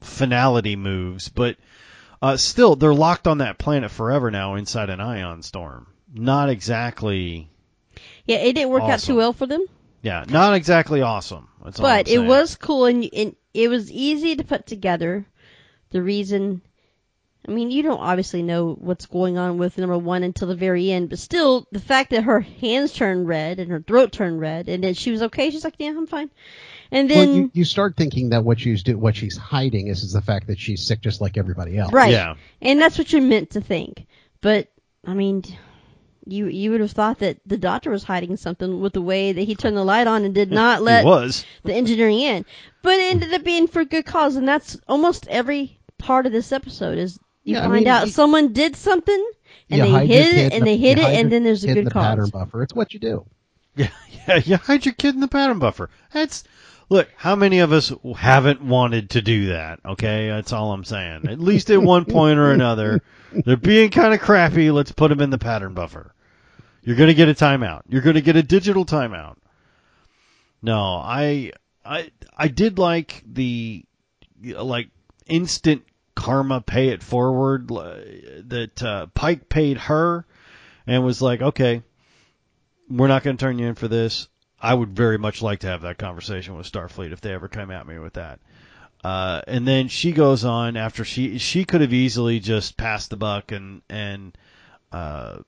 Speaker 1: finality moves, but uh, still they're locked on that planet forever now inside an ion storm. Not exactly,
Speaker 2: Yeah, it didn't work out
Speaker 1: Awesome.
Speaker 2: too well for them,
Speaker 1: yeah, not exactly awesome. That's all
Speaker 2: but
Speaker 1: I'm
Speaker 2: it
Speaker 1: saying.
Speaker 2: was cool and, and it was easy to put together. The reason, I mean, you don't obviously know what's going on with number one until the very end, but still, the fact that her hands turned red and her throat turned red, and then she was okay. She's like, "Yeah, I'm fine." And then,
Speaker 3: Well, you, you start thinking that what she's do, what she's hiding is, is the fact that she's sick, just like everybody else.
Speaker 2: right,
Speaker 1: Yeah,
Speaker 2: and that's what you're meant to think. But I mean, you you would have thought that the doctor was hiding something with the way that he turned the light on and did not
Speaker 1: it
Speaker 2: let
Speaker 1: was.
Speaker 2: the engineering in. But it ended up being for good cause, and that's almost every part of this episode is you
Speaker 3: Yeah, I
Speaker 2: find
Speaker 3: mean,
Speaker 2: out
Speaker 3: you-
Speaker 2: someone did something and
Speaker 3: You
Speaker 2: they
Speaker 3: hide your
Speaker 2: hid
Speaker 3: kid
Speaker 2: it
Speaker 3: in
Speaker 2: and
Speaker 3: the-
Speaker 2: they hid
Speaker 3: you
Speaker 2: it,
Speaker 3: hide
Speaker 2: and
Speaker 3: your
Speaker 2: then there's a
Speaker 3: kid in
Speaker 2: good
Speaker 3: the pattern
Speaker 2: cause.
Speaker 3: buffer. It's what you do.
Speaker 1: Yeah, yeah, you hide your kid in the pattern buffer. That's look. How many of us haven't wanted to do that? Okay, that's all I'm saying. At least at one point or another, they're being kind of crappy. Let's put them in the pattern buffer. You're gonna get a timeout. You're gonna get a digital timeout. No, I, I, I did like the, like instant karma pay it forward li- that uh, Pike paid her and was like, okay, we're not going to turn you in for this. I would very much like to have that conversation with Starfleet if they ever come at me with that. Uh, and then she goes on after she she could have easily just passed the buck and and uh,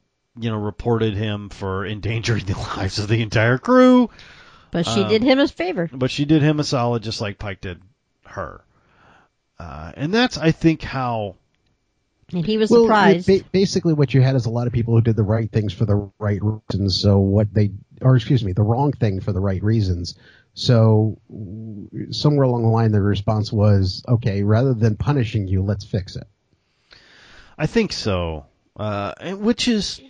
Speaker 1: you know reported him for endangering the lives of the entire crew,
Speaker 2: But she
Speaker 3: Uh,
Speaker 2: did him a favor.
Speaker 1: but she did him a solid just like Pike did her. Uh, and that's I think how
Speaker 2: And he was
Speaker 3: Well,
Speaker 2: surprised.
Speaker 3: ba- basically, what you had is a lot of people who did the right things for the right reasons. So what they, or excuse me, the wrong thing for the right reasons. So w- somewhere along the line, the response was, okay, rather than punishing you, let's fix it.
Speaker 1: I think so. Uh, and which is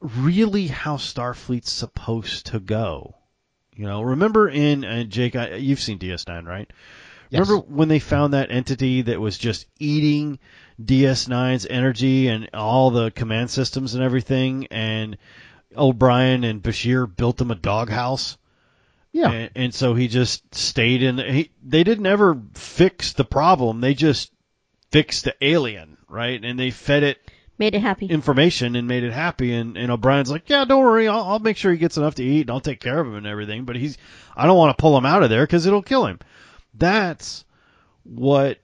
Speaker 1: really how Starfleet's supposed to go. You know, remember in uh, Jake, I, you've seen DS9, right?
Speaker 3: Yes.
Speaker 1: Remember when they found that entity that was just eating DS9's energy and all the command systems and everything, and O'Brien and Bashir built them a doghouse?
Speaker 3: Yeah.
Speaker 1: And, and so he just stayed in. He, they didn't ever fix the problem. They just fixed the alien, right? And they fed it
Speaker 2: made it happy.
Speaker 1: information and made it happy. And, and O'Brien's like, yeah, don't worry. I'll, I'll make sure he gets enough to eat and I'll take care of him and everything. But he's, I don't want to pull him out of there because it'll kill him. That's what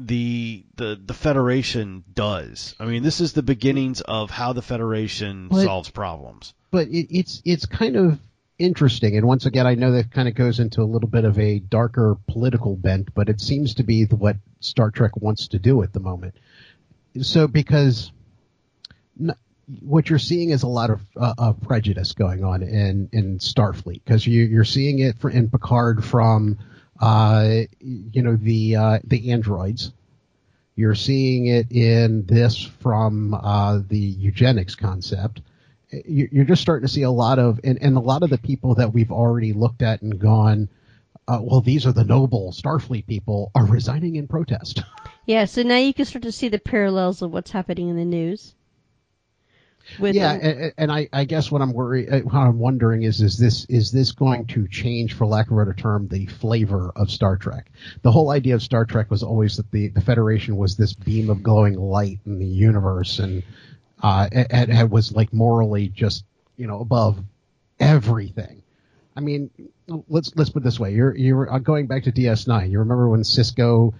Speaker 1: the, the, the Federation does. I mean, this is the beginnings of how the Federation
Speaker 3: But-
Speaker 1: solves problems.
Speaker 3: but it, it's it's kind of interesting. And once again, I know that kind of goes into a little bit of a darker political bent, but it seems to be what Star Trek wants to do at the moment. So because n- what you're seeing is a lot of, uh, of prejudice going on in in Starfleet because you, you're seeing it for, in Picard from uh, you know the uh, the androids. You're seeing it in this from uh, the eugenics concept you- you're just starting to see a lot of and, and a lot of the people that we've already looked at and gone uh, well these are the noble starfleet people are resigning in protest
Speaker 2: Yeah, so now you can start to see the parallels of what's happening in the news. With
Speaker 3: yeah
Speaker 2: um,
Speaker 3: and, and I, I guess what i'm worried uh, what i'm wondering is is this is this going to change for lack of a better term the flavor of star trek the whole idea of star trek was always that the, the federation was this beam of glowing light in the universe and uh and, and was like morally just you know above everything I mean, let's let's put it this way: you're you're uh, going back to DS9. You remember when Cisco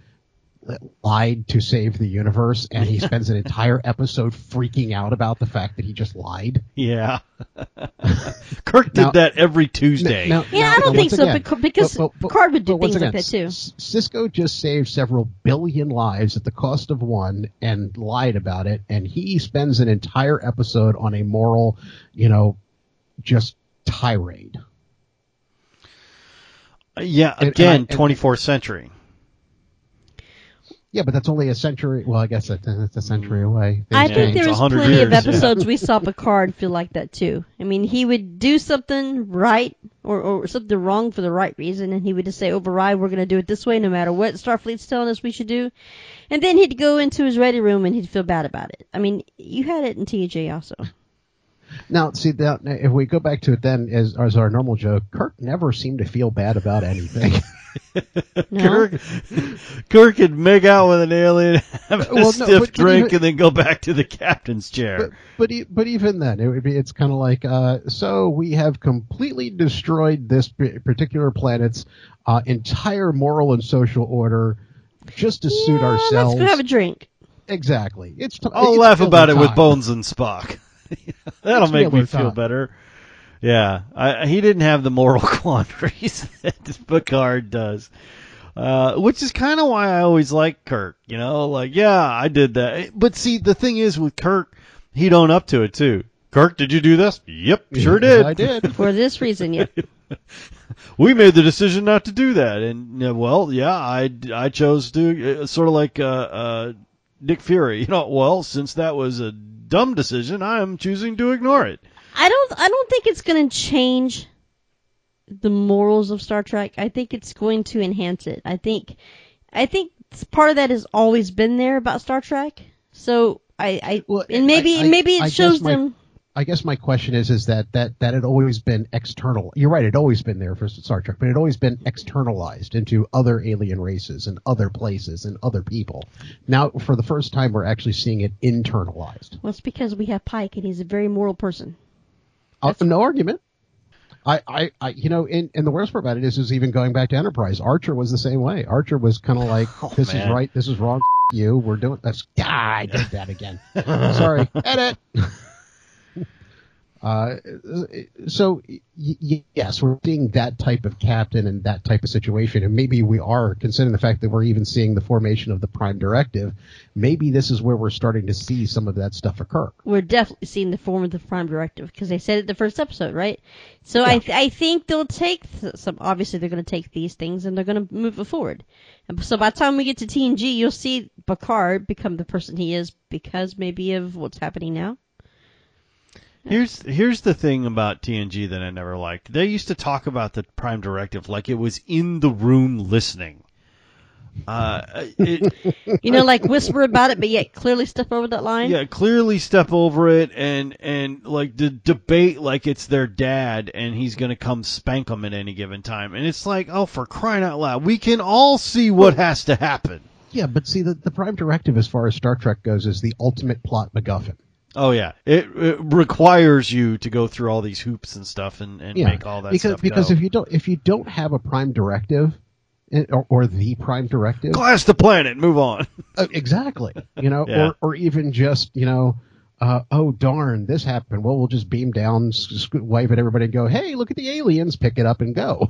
Speaker 3: lied to save the universe, and he spends an entire episode freaking out about the fact that he just lied.
Speaker 1: Yeah. Kirk did
Speaker 3: Now-
Speaker 1: that every Tuesday.
Speaker 3: Now-
Speaker 2: Yeah,
Speaker 3: now-
Speaker 2: I don't
Speaker 3: now,
Speaker 2: think
Speaker 3: once
Speaker 2: so
Speaker 3: again-
Speaker 2: becau- because Picard would do
Speaker 3: once
Speaker 2: things like
Speaker 3: again,
Speaker 2: that, too.
Speaker 3: S- Cisco just saved several billion lives at the cost of one and lied about it, and he spends an entire episode on a moral, you know, just tirade.
Speaker 1: Uh, yeah,
Speaker 3: And- and I-
Speaker 1: again,
Speaker 3: and-
Speaker 1: 24th century.
Speaker 3: Yeah, but that's only a century. Well, I guess that, that's a century away.
Speaker 2: I think
Speaker 3: Things change.
Speaker 2: there was
Speaker 1: 100
Speaker 2: plenty of
Speaker 1: years, yeah.
Speaker 2: episodes we saw Picard feel like that too. I mean, he would do something right or, or something wrong for the right reason, and he would just say, "Override, we're going to do it this way, no matter what Starfleet's telling us we should do." And then he'd go into his ready room and he'd feel bad about it. I mean, you had it in TJ also.
Speaker 3: Now, see, now, if we go back to it, then as, as our normal joke, Kirk never seemed to feel bad about anything.
Speaker 2: No?
Speaker 1: Kirk, Kirk could make out with an alien, have a
Speaker 3: Well, no,
Speaker 1: stiff
Speaker 3: but did
Speaker 1: drink,
Speaker 3: you-
Speaker 1: and then go back to the captain's chair.
Speaker 3: but but, e- but even then, it would be it's kind of like uh, so we have completely destroyed this p- particular planet's uh, entire moral and social order just to suit
Speaker 2: Yeah,
Speaker 3: ourselves.
Speaker 2: Let's go have a drink.
Speaker 3: exactly. It's t-
Speaker 1: I'll
Speaker 3: it's
Speaker 1: laugh
Speaker 3: really
Speaker 1: about it with
Speaker 3: time.
Speaker 1: Bones and Spock. That'll
Speaker 3: It's
Speaker 1: make me
Speaker 3: really
Speaker 1: feel
Speaker 3: time.
Speaker 1: better. Yeah, I, he didn't have the moral quandaries that Picard does, uh, which is kind of why I always like Kirk. You know, like yeah, I did that. But see, the thing is with Kirk, he'd own up to it too. Kirk, did you do this? Yep, sure did.
Speaker 3: I did.
Speaker 2: For this reason, yeah.
Speaker 1: we made the decision not to do that, and uh, well, yeah, I, I chose to uh, sort of like uh, uh, Nick Fury. You know, well, since that was a dumb decision, I am choosing to ignore it.
Speaker 2: I don't I don't think it's going to change the morals of Star Trek. I think it's going to enhance it. I think I think s- part of that has always been there about Star Trek. So I, I
Speaker 3: Well,
Speaker 2: and maybe
Speaker 3: I- I-
Speaker 2: and maybe it
Speaker 3: I guess
Speaker 2: shows
Speaker 3: my-
Speaker 2: them
Speaker 3: I guess my question is is that that that had always been external. You're right, it had always been there for Star Trek, but it had always been externalized into other alien races and other places and other people. Now, for the first time, we're actually seeing it internalized.
Speaker 2: well, it's because we have Pike and he's a very moral person.
Speaker 3: Uh, no argument. I, I, I, you know, and, and the worst part about it is, is even going back to Enterprise, Archer was the same way. Archer was kind of like, this
Speaker 1: man.
Speaker 3: is right, this is wrong, f- you, we're doing this. Ah, I did that again. Sorry, edit. uh, so, y- y- yes, we're seeing that type of captain and that type of situation, and maybe we are, considering the fact that we're even seeing the formation of the Prime Directive, maybe this is where we're starting to see some of that stuff occur.
Speaker 2: We're definitely seeing the form of the Prime Directive because they said it the first episode, right? So I th- I think they'll take th- some. Obviously, they're going to take these things and they're going to move it forward. And so by the time we get to TNG, you'll see Picard become the person he is because maybe of what's happening now.
Speaker 1: Here's here's the thing about TNG that I never liked. They used to talk about the Prime Directive like it was in the room listening. Uh, it,
Speaker 2: You know, like whisper about it, but yet clearly step over that line.
Speaker 1: yeah, clearly step over it and and like the debate like it's their dad and he's gonna come spank them at any given time. And it's like, oh, for crying out loud, we can all see what has to happen.
Speaker 3: Yeah, but see, the, the prime directive as far as Star Trek goes is the ultimate plot MacGuffin.
Speaker 1: Oh yeah, it, it requires you to go through all these hoops and stuff and, and
Speaker 3: Yeah,
Speaker 1: make all that
Speaker 3: because
Speaker 1: stuff.
Speaker 3: because
Speaker 1: go.
Speaker 3: if you don't if you don't have a prime directive, eh, or, or the prime directive,
Speaker 1: glass the planet, move on.
Speaker 3: uh, exactly, you know,
Speaker 1: Yeah.
Speaker 3: or or even just you know, uh, oh darn, this happened. Well, we'll just beam down, s- s- wave at everybody, and go, hey, look at the aliens, pick it up and go.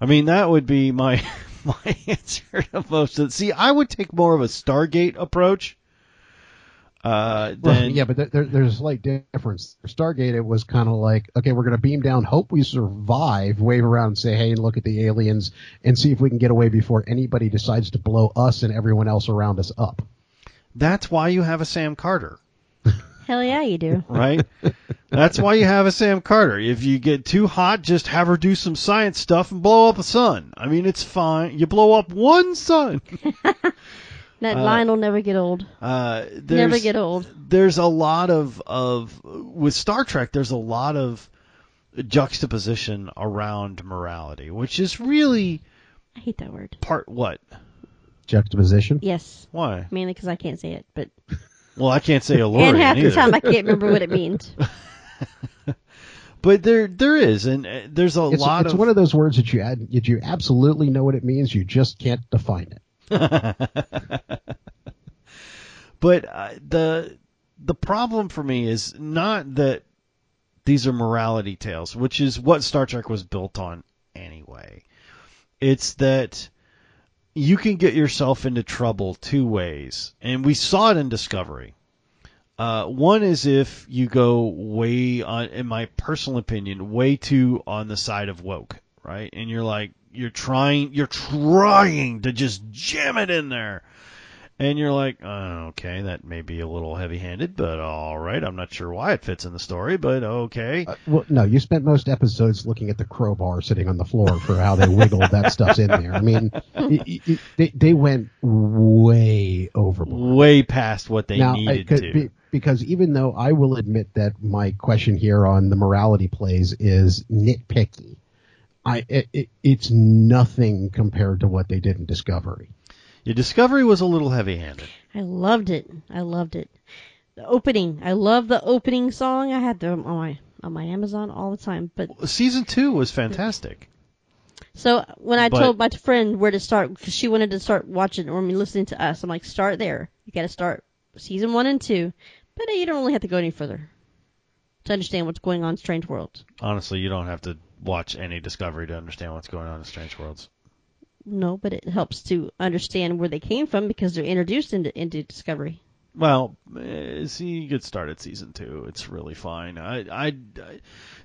Speaker 1: I mean, that would be my my answer to most of. See, I would take more of a Stargate approach. Uh, than
Speaker 3: yeah, but there, there, there's a slight difference. For Stargate, it was kind of like, okay, we're going to beam down, hope we survive, wave around and say, hey, and look at the aliens, and see if we can get away before anybody decides to blow us and everyone else around us up.
Speaker 1: that's why you have a Sam Carter,
Speaker 2: Hell yeah, you do.
Speaker 1: right? that's why you have a Sam Carter. If you get too hot, just have her do some science stuff and blow up a sun. I mean, it's fine. You blow up one sun.
Speaker 2: That line will never get old.
Speaker 1: Uh, there's-
Speaker 2: Never get old.
Speaker 1: there's a lot of of with Star Trek. There's a lot of juxtaposition around morality, which is really
Speaker 2: I hate that word.
Speaker 1: part what
Speaker 3: Juxtaposition?
Speaker 2: Yes,
Speaker 1: why.
Speaker 2: mainly because I can't say it, but
Speaker 1: Well, I can't say Elorian
Speaker 2: and half
Speaker 1: either.
Speaker 2: the time I can't remember what it means.
Speaker 1: but there there is, and uh, there's a
Speaker 3: It's,
Speaker 1: lot
Speaker 3: it's
Speaker 1: of
Speaker 3: one of those words that you add, that you absolutely know what it means, you just can't define it.
Speaker 1: but uh, the the problem for me is not that these are morality tales, which is what Star Trek was built on anyway. It's that you can get yourself into trouble two ways, and we saw it in Discovery. Uh, one is if you go way on, in my personal opinion, way too on the side of woke, right? And you're like, you're trying you're trying to just jam it in there and you're like uh, okay that may be a little heavy handed but all right i'm not sure why it fits in the story but okay
Speaker 3: Uh, well, no, you spent most episodes looking at the crowbar sitting on the floor for how they wiggled that stuff's in there. I mean, y- y- they, they went way overboard.
Speaker 1: way past what they
Speaker 3: now, I
Speaker 1: needed
Speaker 3: could
Speaker 1: to
Speaker 3: be- because even though I will admit that my question here on the morality plays is nitpicky, I it, it, it's nothing compared to what they did in Discovery.
Speaker 1: your discovery was a little heavy handed
Speaker 2: I loved it. I loved it. The opening. I love the opening song. I had them on my on my Amazon all the time. But
Speaker 1: season two was fantastic
Speaker 2: so when I
Speaker 1: But-
Speaker 2: told my friend where to start, because she wanted to start watching or me listening to us, I'm like, start there. You got to start season one and two. But uh, you don't really have to go any further to understand what's going on in Strange World.
Speaker 1: honestly you don't have to watch any discovery to understand what's going on in strange worlds
Speaker 2: No, but it helps to understand where they came from because they're introduced into, into Discovery.
Speaker 1: Well, eh, see, you could start at season two. It's really fine. I, I, I-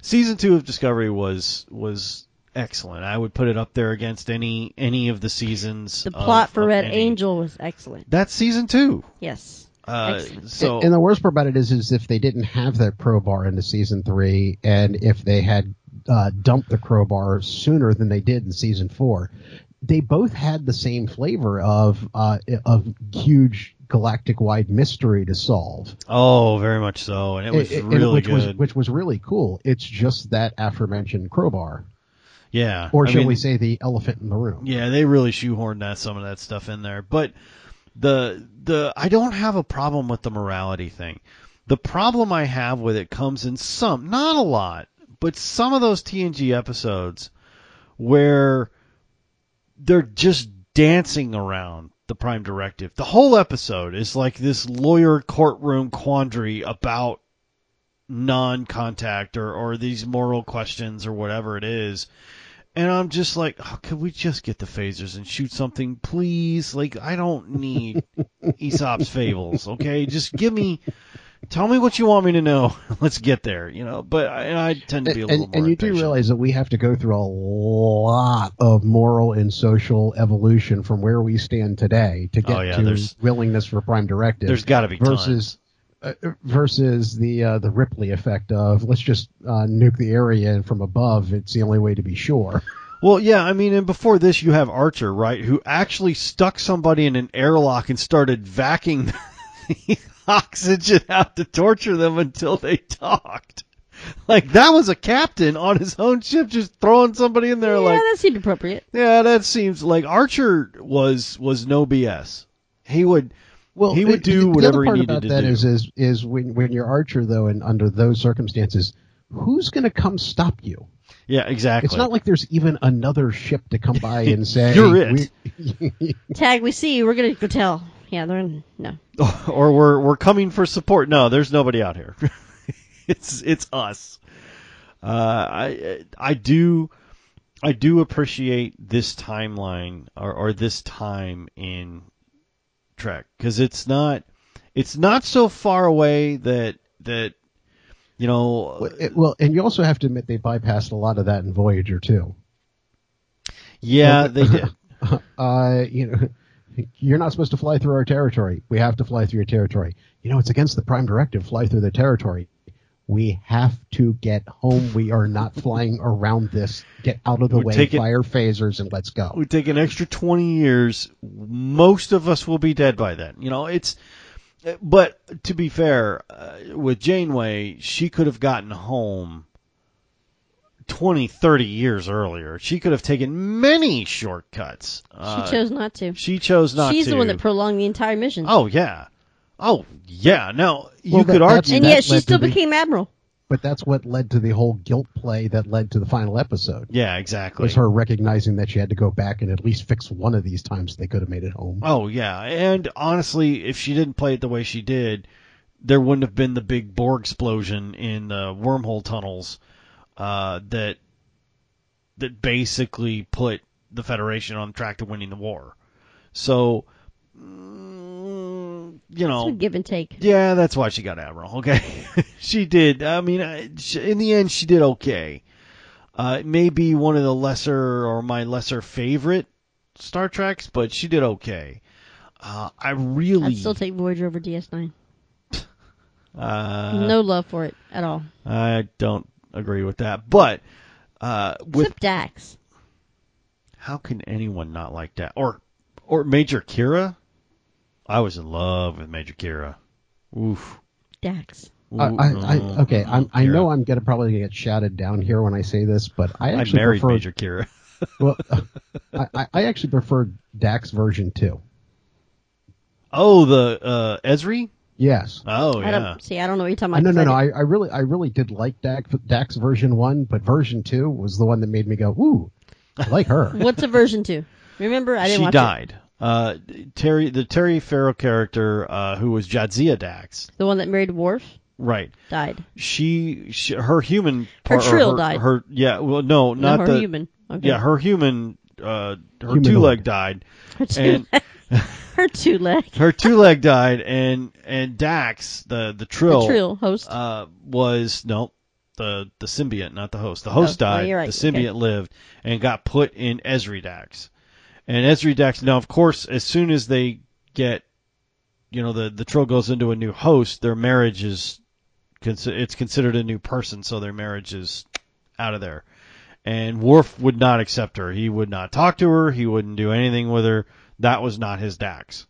Speaker 1: season two of Discovery was was excellent. I would put it up there against any any of the seasons.
Speaker 2: The
Speaker 1: of-
Speaker 2: plot for
Speaker 1: of
Speaker 2: Red
Speaker 1: any.
Speaker 2: Angel was excellent.
Speaker 1: That's season two.
Speaker 2: Yes.
Speaker 1: Uh,
Speaker 2: Excellent.
Speaker 1: so
Speaker 3: and the worst part about it is, is if they didn't have that crowbar into season three, and if they had uh, dumped the crowbar sooner than they did in season four, they both had the same flavor of uh, of huge galactic wide mystery to solve.
Speaker 1: oh, very much so, and it was
Speaker 3: It- it-
Speaker 1: really
Speaker 3: which
Speaker 1: good.
Speaker 3: was which was really cool. It's just that aforementioned crowbar,
Speaker 1: yeah,
Speaker 3: or
Speaker 1: I
Speaker 3: shall
Speaker 1: mean,
Speaker 3: we say, the elephant in the room.
Speaker 1: Yeah, they really shoehorned that some of that stuff in there. But the the I don't have a problem with the morality thing. The problem I have with it comes in some, not a lot, but some of those TNG episodes where they're just dancing around the prime directive. The whole episode is like this lawyer courtroom quandary about non-contact or or these moral questions or whatever it is. And I'm just like, oh, could we just get the phasers and shoot something, please? Like, I don't need Aesop's fables, okay? Just give me, tell me what you want me to know. Let's get there, you know. But I, I tend to be a
Speaker 3: And,
Speaker 1: little
Speaker 3: and
Speaker 1: more
Speaker 3: you
Speaker 1: impatient.
Speaker 3: do realize that we have to go through a lot of moral and social evolution from where we stand today to get
Speaker 1: Oh, yeah,
Speaker 3: to
Speaker 1: there's-
Speaker 3: willingness for prime directive.
Speaker 1: there's got to be tons.
Speaker 3: versus uh, versus the uh, the Ripley effect of let's just uh, nuke the area and from above. It's the only way to be sure.
Speaker 1: Well, yeah, I mean, and before this, you have Archer, right, who actually stuck somebody in an airlock and started vacuuming the oxygen out to torture them until they talked. Like, that was a captain on his own ship just throwing somebody in there,
Speaker 2: yeah,
Speaker 1: like,
Speaker 2: that seemed appropriate.
Speaker 1: yeah, that seems like Archer was was no BS. He would,
Speaker 3: Well,
Speaker 1: He would
Speaker 3: it-
Speaker 1: do
Speaker 3: the-
Speaker 1: whatever he
Speaker 3: the other part
Speaker 1: needed
Speaker 3: about
Speaker 1: to
Speaker 3: that
Speaker 1: do.
Speaker 3: is is is when when you're Archer though, and under those circumstances, who's going to come stop you?
Speaker 1: yeah, exactly.
Speaker 3: It's not like there's even another ship to come by and say
Speaker 1: You're it.
Speaker 3: we-
Speaker 2: Tag, we see you. We're gonna go tell. Yeah, they're in, no.
Speaker 1: or we're we're coming for support. No, there's nobody out here. it's it's us. Uh, I I do I do appreciate this timeline or, or this time in Trek because it's not it's not so far away that that you know
Speaker 3: it- well, and you also have to admit they bypassed a lot of that in Voyager too.
Speaker 1: yeah they did
Speaker 3: uh, you know, you're not supposed to fly through our territory. We have to fly through your territory. You know, it's against the prime directive. Fly through their territory. We have to get home. We are not flying around this. Get out of the
Speaker 1: We're
Speaker 3: way.
Speaker 1: taking-
Speaker 3: Fire phasers and let's go.
Speaker 1: we take an extra 20 years, most of us will be dead by then. You know, it's. But to be fair, uh, with Janeway, she could have gotten home 20, 30 years earlier. She could have taken many shortcuts. Uh,
Speaker 2: she chose not to.
Speaker 1: She chose not
Speaker 2: She's
Speaker 1: to.
Speaker 2: the one that prolonged the entire mission.
Speaker 1: oh, yeah. Oh, yeah. Now, you
Speaker 3: Well,
Speaker 1: could
Speaker 3: that-
Speaker 1: argue.
Speaker 2: and
Speaker 3: that
Speaker 2: yet she
Speaker 3: led to
Speaker 2: still
Speaker 3: the-
Speaker 2: became admiral.
Speaker 3: But that's what led to the whole guilt play that led to the final episode.
Speaker 1: yeah, exactly.
Speaker 3: Was her recognizing that she had to go back and at least fix one of these times they could have made it home.
Speaker 1: Oh yeah, and honestly, if she didn't play it the way she did, there wouldn't have been the big Borg explosion in the wormhole tunnels uh, that that basically put the Federation on track to winning the war. So, mm, you
Speaker 2: It's a
Speaker 1: know,
Speaker 2: give and take.
Speaker 1: yeah, that's why she got Admiral. Okay, she did. I mean, I- she- in the end, she did okay. Uh, it may be one of the lesser or my lesser favorite Star Treks, but she did okay. Uh, I really
Speaker 2: I'd still take Voyager over DS9.
Speaker 1: uh,
Speaker 2: no love for it at all.
Speaker 1: I don't agree with that. But uh, with
Speaker 2: Except Dax.
Speaker 1: how can anyone not like that? Or or Major Kira? I was in love with Major Kira. Oof.
Speaker 2: Dax.
Speaker 3: I,
Speaker 1: Ooh,
Speaker 3: I, I, okay,
Speaker 1: mm,
Speaker 3: I'm, I
Speaker 1: Kira.
Speaker 3: know I'm gonna probably get shouted down here when I say this, but I
Speaker 1: I
Speaker 3: actually
Speaker 1: married
Speaker 3: prefer.
Speaker 1: Major Kira.
Speaker 3: Well, I, I- I actually prefer Dax version two.
Speaker 1: Oh, the uh, Esri.
Speaker 3: Yes.
Speaker 1: Oh
Speaker 2: I
Speaker 1: yeah.
Speaker 2: don't see. I don't know what you're talking
Speaker 3: Uh,
Speaker 2: about.
Speaker 3: no, no,
Speaker 2: 'cause I,
Speaker 3: no. I, I really, I really did like Dax, Dax version one, but version two was the one that made me go, "Ooh, I like her."
Speaker 2: didn't- What's a version two? Remember, I didn't
Speaker 1: She
Speaker 2: watch
Speaker 1: died. Uh, Terry, the Terry Farrell character, uh, who was Jadzia Dax,
Speaker 2: it. The one that married Worf
Speaker 1: right?
Speaker 2: died.
Speaker 1: She, she her human,
Speaker 2: Her
Speaker 1: or
Speaker 2: Trill died.
Speaker 1: Her, yeah, well, no,
Speaker 2: No,
Speaker 1: not
Speaker 2: her
Speaker 1: the
Speaker 2: human. Okay.
Speaker 1: yeah, her human, uh, her
Speaker 3: Humanoid.
Speaker 1: two leg died,
Speaker 2: Her two,
Speaker 1: and-
Speaker 2: leg. her two leg.
Speaker 1: her two leg died, and and Dax, the the
Speaker 2: The
Speaker 1: Trill,
Speaker 2: Trill host.
Speaker 1: uh, was no the the symbiote, not the host. The host
Speaker 2: Oh, oh,
Speaker 1: died.
Speaker 2: you're right.
Speaker 1: The
Speaker 2: Okay.
Speaker 1: symbiote lived and got put in Esri Dax. And Esri Dax. Now, of course, as soon as they get, you know, the the troll goes into a new host, their marriage is, consi- it's considered a new person, so their marriage is out of there. And Worf would not accept her. He would not talk to her. He wouldn't do anything with her. That was not his Dax.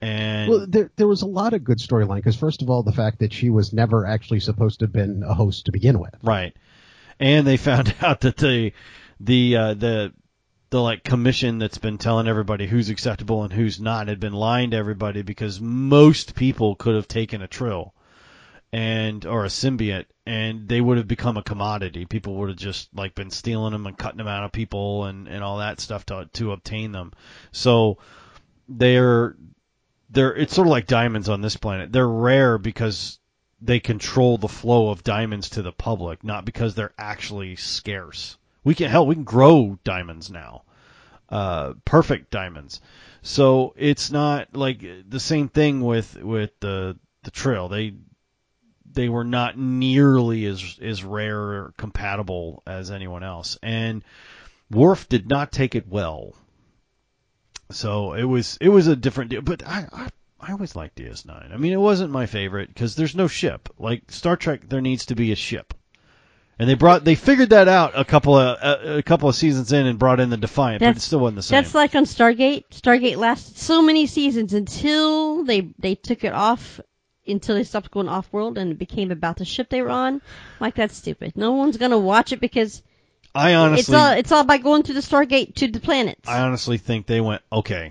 Speaker 1: And
Speaker 3: Well, there, there was a lot of good storyline because first of all, the fact that she was never actually supposed to have been a host to begin with.
Speaker 1: Right. And they found out that the the uh, the the like commission that's been telling everybody who's acceptable and who's not had been lying to everybody because most people could have taken a trill and or a symbiote and they would have become a commodity. People would have just like been stealing them and cutting them out of people and, and all that stuff to to obtain them. So they're they're it's sort of like diamonds on this planet. They're rare because they control the flow of diamonds to the public, not because they're actually scarce. We can hell we can grow diamonds now, uh, perfect diamonds. So it's not like the same thing with with the the trail. They they were not nearly as as rare or compatible as anyone else, and Worf did not take it well. So it was it was a different deal, but I. I I always liked DS9. I mean, it wasn't my favorite because there's no ship. Like Star Trek, there needs to be a ship, and they brought they figured that out a couple of a, a couple of seasons in and brought in the Defiant, but
Speaker 2: That's-
Speaker 1: it still wasn't the same.
Speaker 2: That's like on Stargate. Stargate lasted so many seasons until they they took it off until they stopped going off world and it became about the ship they were on. I'm Like that's stupid. No one's gonna watch it because
Speaker 1: I honestly,
Speaker 2: it's all it's all about going through the Stargate to the planets.
Speaker 1: I honestly think they went okay.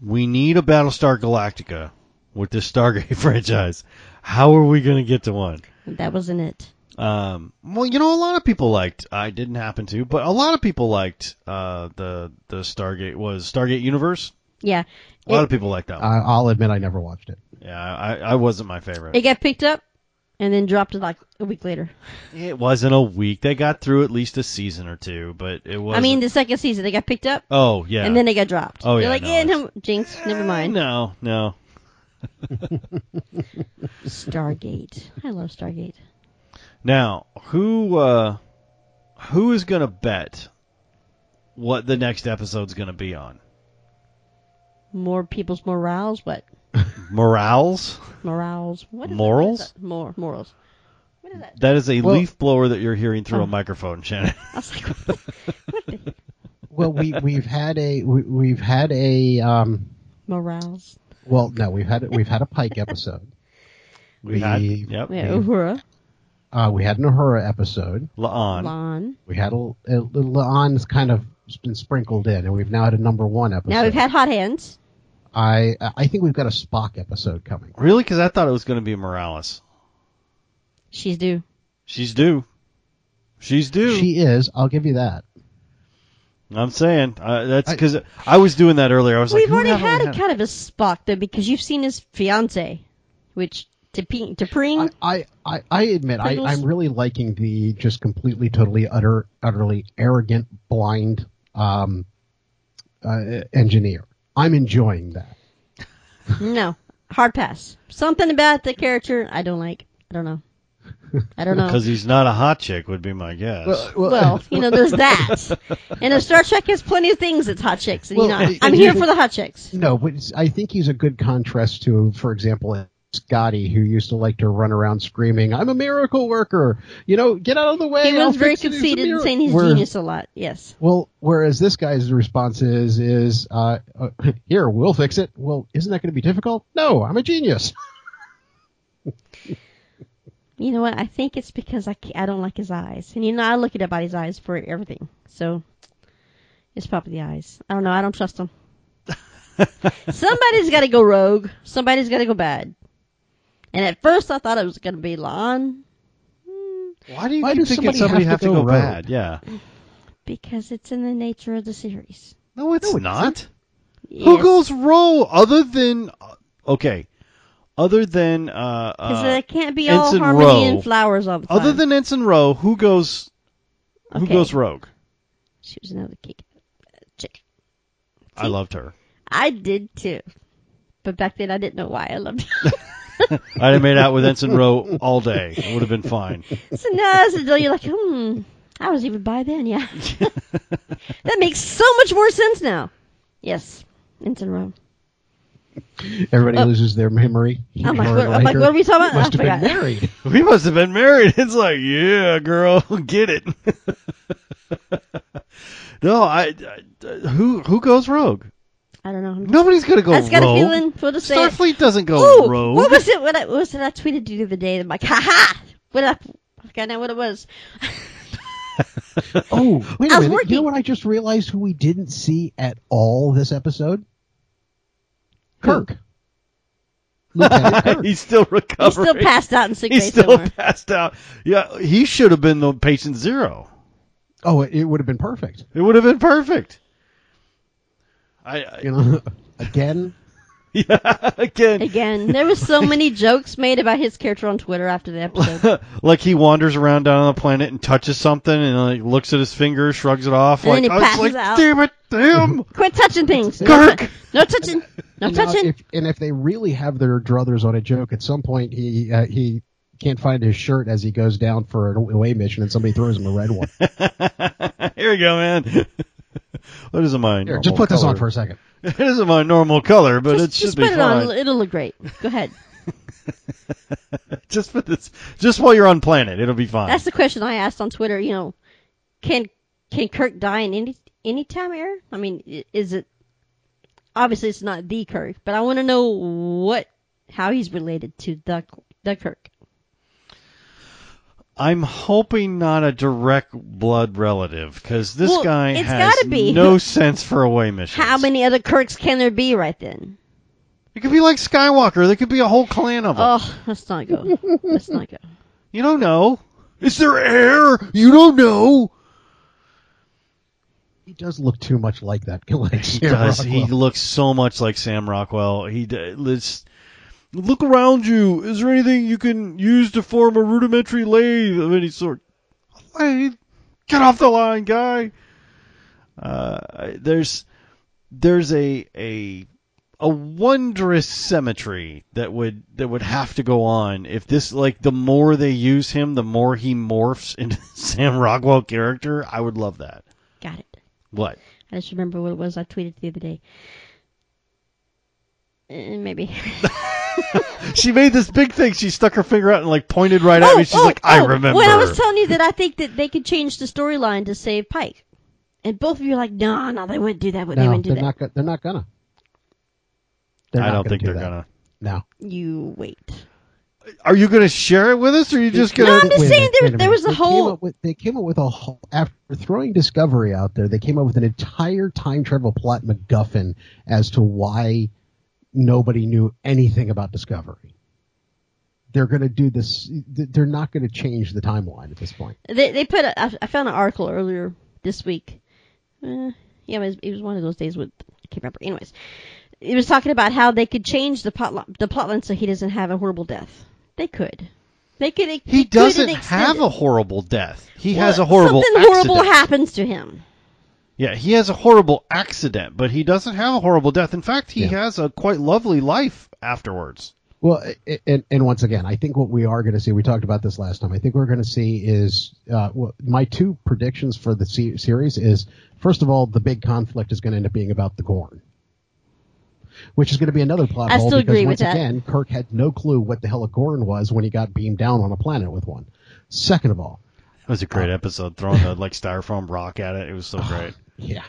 Speaker 1: We need a Battlestar Galactica with this Stargate franchise. How are we going to get to one?
Speaker 2: that wasn't it.
Speaker 1: Um, well, you know, a lot of people liked. I didn't happen to, but a lot of people liked uh, the the Stargate was Stargate Universe.
Speaker 2: Yeah,
Speaker 1: A lot
Speaker 2: It-
Speaker 1: of people liked that one.
Speaker 3: I, I'll admit, I never watched it.
Speaker 1: Yeah, I, I wasn't my favorite.
Speaker 2: it
Speaker 1: It,
Speaker 2: got picked up and then dropped it like a week later.
Speaker 1: wasn't a week. They got through at least a season or two, but it was.
Speaker 2: I mean, the second season they got picked up
Speaker 1: oh yeah,
Speaker 2: and then they got dropped.
Speaker 1: Oh,
Speaker 2: They're
Speaker 1: yeah,
Speaker 2: like,
Speaker 1: no,
Speaker 2: yeah,
Speaker 1: it's-
Speaker 2: no, Jinx, never mind.
Speaker 1: no, no.
Speaker 2: Stargate. I love Stargate.
Speaker 1: Now, who uh, who is going to bet what the next episode's going to be on?
Speaker 2: More people's morales, what?
Speaker 1: Morals?
Speaker 2: morals. What is
Speaker 1: Morals?
Speaker 2: That? What is that? Mor- morals. What is that?
Speaker 1: That is a
Speaker 3: Well-
Speaker 1: leaf blower that you're hearing through
Speaker 2: Oh.
Speaker 1: a microphone, Shannon.
Speaker 2: I was like, what, what the
Speaker 3: Well, we we've had a we, we've had a um,
Speaker 2: morals?
Speaker 3: well, no, we've had we've had a Pike episode.
Speaker 1: We had,
Speaker 3: We-
Speaker 1: yep,
Speaker 2: Yeah, uh-huh. Uhura,
Speaker 3: Uh, we had an Uhura episode.
Speaker 1: Laan.
Speaker 2: Lon.
Speaker 3: We had a, a little Laan's kind of been sprinkled in, and we've now had a number one episode.
Speaker 2: Now we've had hot hands.
Speaker 3: I I think we've got a Spock episode coming.
Speaker 1: Really? Because I thought it was going to be Morales.
Speaker 2: She's due.
Speaker 1: She's due. She's due.
Speaker 3: She is. I'll give you that.
Speaker 1: I'm saying uh, that's
Speaker 3: I-
Speaker 1: because I, was doing that earlier. I was like,
Speaker 2: We've
Speaker 1: who
Speaker 2: already
Speaker 1: haven't
Speaker 2: had
Speaker 1: we
Speaker 2: a kind of a Spock though, because you've seen his fiance, which Tapring.
Speaker 3: I
Speaker 2: Tapring.
Speaker 3: I, I, I admit I,
Speaker 2: Pringles.
Speaker 3: I'm really liking the just completely totally utter utterly arrogant blind um, uh, engineer. I'm enjoying that.
Speaker 2: No, hard pass. Something about the character I don't like. I don't know. I don't know.
Speaker 1: Because he's not a hot chick, would be my guess.
Speaker 2: Uh, Well, you know, there's that. And if Star Trek has plenty of things that's hot chicks. And, you
Speaker 3: Well,
Speaker 2: know,
Speaker 3: it-
Speaker 2: I'm
Speaker 3: it
Speaker 2: here
Speaker 3: usually-
Speaker 2: for the hot chicks.
Speaker 3: No, but it's- I think he's a good contrast to, for example, Scotty, who used to like to run around screaming, "I'm a miracle worker!" You know, get out of the way.
Speaker 2: He was
Speaker 3: I'll
Speaker 2: very
Speaker 3: fix it, it's a
Speaker 2: conceited and
Speaker 3: miracle."
Speaker 2: saying he's
Speaker 3: Where-
Speaker 2: genius a lot. Yes.
Speaker 3: Well, whereas this guy's response is, "Is uh, uh, here, we'll fix it." Well, isn't that going to be difficult? No, I'm a genius.
Speaker 2: You know what? I think it's because I, ca- I don't like his eyes. And, you know, I look at everybody's eyes for everything. So it's probably the eyes. I don't know. I don't trust him. Somebody's got to go rogue. Somebody's got to go bad. And at first I thought it was going to be Lon mm,
Speaker 1: why do you
Speaker 3: Why
Speaker 1: keep
Speaker 3: does
Speaker 1: thinking
Speaker 3: somebody
Speaker 1: somebody
Speaker 3: have
Speaker 1: have
Speaker 3: to
Speaker 1: to, go,
Speaker 3: go rogue?
Speaker 1: bad? Yeah.
Speaker 2: because it's in the nature of the series.
Speaker 1: No, it's
Speaker 3: No, it
Speaker 1: not. Who
Speaker 2: Yes.
Speaker 1: goes rogue other than uh, okay, other than uh,
Speaker 2: Because
Speaker 1: uh
Speaker 2: it can't be all
Speaker 1: Ensign
Speaker 2: harmony
Speaker 1: Rowe.
Speaker 2: and flowers all the time.
Speaker 1: other than Ensign Rowe, who goes who
Speaker 2: Okay.
Speaker 1: goes rogue?
Speaker 2: she was another geek chick.
Speaker 1: I loved her.
Speaker 2: I did too, but back then I didn't know why I loved her.
Speaker 1: I'd have made out with Ensign Rowe all day. It would have been fine.
Speaker 2: so now as an adult, you're like, hmm, I was even by then, yeah. that makes so much more sense now. Yes, Ensign Rome.
Speaker 1: Uh,
Speaker 3: Everybody loses their memory.
Speaker 2: I'm like,
Speaker 3: Or
Speaker 2: what, I'm like,
Speaker 3: lighter.
Speaker 2: oh what are we talking about? Oh
Speaker 3: Must
Speaker 2: I
Speaker 3: have been
Speaker 2: forgot.
Speaker 3: married.
Speaker 1: We must have been married. It's like, yeah, girl, get it. no, I, I who who goes rogue?
Speaker 2: I don't know. I'm-
Speaker 1: Nobody's gonna go
Speaker 2: I just got
Speaker 1: rogue.
Speaker 2: a feeling. We'll just say it.
Speaker 1: Starfleet doesn't go
Speaker 2: Ooh,
Speaker 1: rogue.
Speaker 2: what was it? What, I, what was it I tweeted you the other day? I'm like, ha ha. What I, I forgot now what it was.
Speaker 3: Oh, wait
Speaker 2: I
Speaker 3: a
Speaker 2: was
Speaker 3: minute. You know
Speaker 2: working.
Speaker 3: what? I just realized who we didn't see at all this episode. Kirk. Lieutenant Kirk.
Speaker 1: He's still
Speaker 2: He's still
Speaker 1: recovering.
Speaker 2: passed out in sick
Speaker 1: He's
Speaker 2: bay
Speaker 1: still
Speaker 2: somewhere.
Speaker 1: passed out. Yeah, he should have been the patient zero.
Speaker 3: Oh, it, it would have been perfect.
Speaker 1: It would have been perfect. I, I
Speaker 3: You know, again,
Speaker 1: yeah, again,
Speaker 2: Again, there was so many jokes made about his character on Twitter after the episode.
Speaker 1: like he wanders around down on the planet and touches something and like looks at his finger, shrugs it off.
Speaker 2: And
Speaker 1: like
Speaker 2: then he
Speaker 1: I was
Speaker 2: passes
Speaker 1: like,
Speaker 2: out.
Speaker 1: damn it, damn.
Speaker 2: Quit touching things.
Speaker 1: Kirk!
Speaker 2: No, tou- no touching. No
Speaker 3: And now
Speaker 2: touching.
Speaker 3: If, and if they really have their druthers on a joke, at some point he uh, he can't find his shirt as he goes down for an away mission, and somebody throws him a red one.
Speaker 1: Here we go, man. What is my
Speaker 3: Here,
Speaker 1: normal
Speaker 3: just put this on
Speaker 1: color?
Speaker 3: for a second.
Speaker 1: It isn't my normal color, but
Speaker 2: just
Speaker 1: it should
Speaker 2: just
Speaker 1: be
Speaker 2: put it
Speaker 1: fine.
Speaker 2: on. It'll look great. Go ahead.
Speaker 1: Just put this. Just while you're on planet, it'll be fine.
Speaker 2: That's the question I asked on Twitter. You know, can can Kirk die in any any time error? I mean, i- is it obviously it's not the Kirk, but I want to know what how he's related to the the Kirk.
Speaker 1: I'm hoping not a direct blood relative, because this
Speaker 2: Well,
Speaker 1: guy
Speaker 2: it's
Speaker 1: has
Speaker 2: gotta be.
Speaker 1: no sense for away missions.
Speaker 2: How many other Kirks can there be right then?
Speaker 1: It could be like Skywalker. There could be a whole clan of them.
Speaker 2: Oh, let's not go. Let's not go.
Speaker 1: you don't know. Is there air? You don't know.
Speaker 3: He does look too much like that. Like
Speaker 1: He
Speaker 3: Sam
Speaker 1: does. He
Speaker 3: Rockwell.
Speaker 1: looks so much like Sam Rockwell. He d- let's look around you. Is there anything you can use to form a rudimentary lathe of any sort? Lathe? Get off the line, guy. Uh, I- there's there's a a a wondrous symmetry that would that would have to go on if this like the more they use him, the more he morphs into Sam Rockwell character. I would love that.
Speaker 2: Got it.
Speaker 1: What?
Speaker 2: I just remember what it was I tweeted the other day. Eh, Maybe.
Speaker 1: she made this big thing. She stuck her finger out and like pointed right at me. She's like, I remember.
Speaker 2: Oh, When I was telling you that I think that they could change the storyline to save Pike, and both of you are like, no, no, they wouldn't do that. they
Speaker 3: No,
Speaker 2: wouldn't do
Speaker 3: they're
Speaker 2: that.
Speaker 3: not. go- They're not gonna. They're
Speaker 1: I
Speaker 3: not
Speaker 1: don't
Speaker 3: gonna
Speaker 1: think
Speaker 3: do
Speaker 1: they're
Speaker 3: that.
Speaker 1: gonna.
Speaker 3: No.
Speaker 2: You wait.
Speaker 1: Are you gonna share it with us, or are you just
Speaker 2: No,
Speaker 1: gonna?
Speaker 2: I'm just
Speaker 3: Wait a
Speaker 2: saying
Speaker 3: minute,
Speaker 2: there-
Speaker 3: wait
Speaker 2: there
Speaker 3: minute.
Speaker 2: was a
Speaker 3: They came
Speaker 2: whole-
Speaker 3: up with- they came up with a whole. After throwing Discovery out there, they came up with an entire time travel plot MacGuffin as to why nobody knew anything about Discovery. They're going to do this. They're not going to change the timeline at this point.
Speaker 2: They they put. A, I, I found an article earlier this week. Eh, yeah, it was, it was one of those days with I can't remember. Anyways, it was talking about how they could change the plot li- the plotline so he doesn't have a horrible death. They could. They could. He,
Speaker 1: He
Speaker 2: couldn't
Speaker 1: doesn't
Speaker 2: extend
Speaker 1: have
Speaker 2: it.
Speaker 1: a horrible death. He
Speaker 2: Well,
Speaker 1: has a horrible
Speaker 2: something
Speaker 1: accident.
Speaker 2: horrible happens to him.
Speaker 1: Yeah, he has a horrible accident, but he doesn't have a horrible death. In fact, he
Speaker 3: Yeah.
Speaker 1: has a quite lovely life afterwards.
Speaker 3: Well, a- and, and once again, I think what we are going to see, we talked about this last time. I think what we're going to see is uh, well, my two predictions for the se- series is first of all, the big conflict is going to end up being about the Gorn, which is going to be another plot
Speaker 2: I
Speaker 3: hole
Speaker 2: still
Speaker 3: because
Speaker 2: agree with
Speaker 3: once
Speaker 2: that.
Speaker 3: again, Kirk had no clue what the hell a Gorn was when he got beamed down on a planet with one. Second of all,
Speaker 1: That was a great episode. Throwing the like styrofoam rock at it, it was so great.
Speaker 3: Yeah.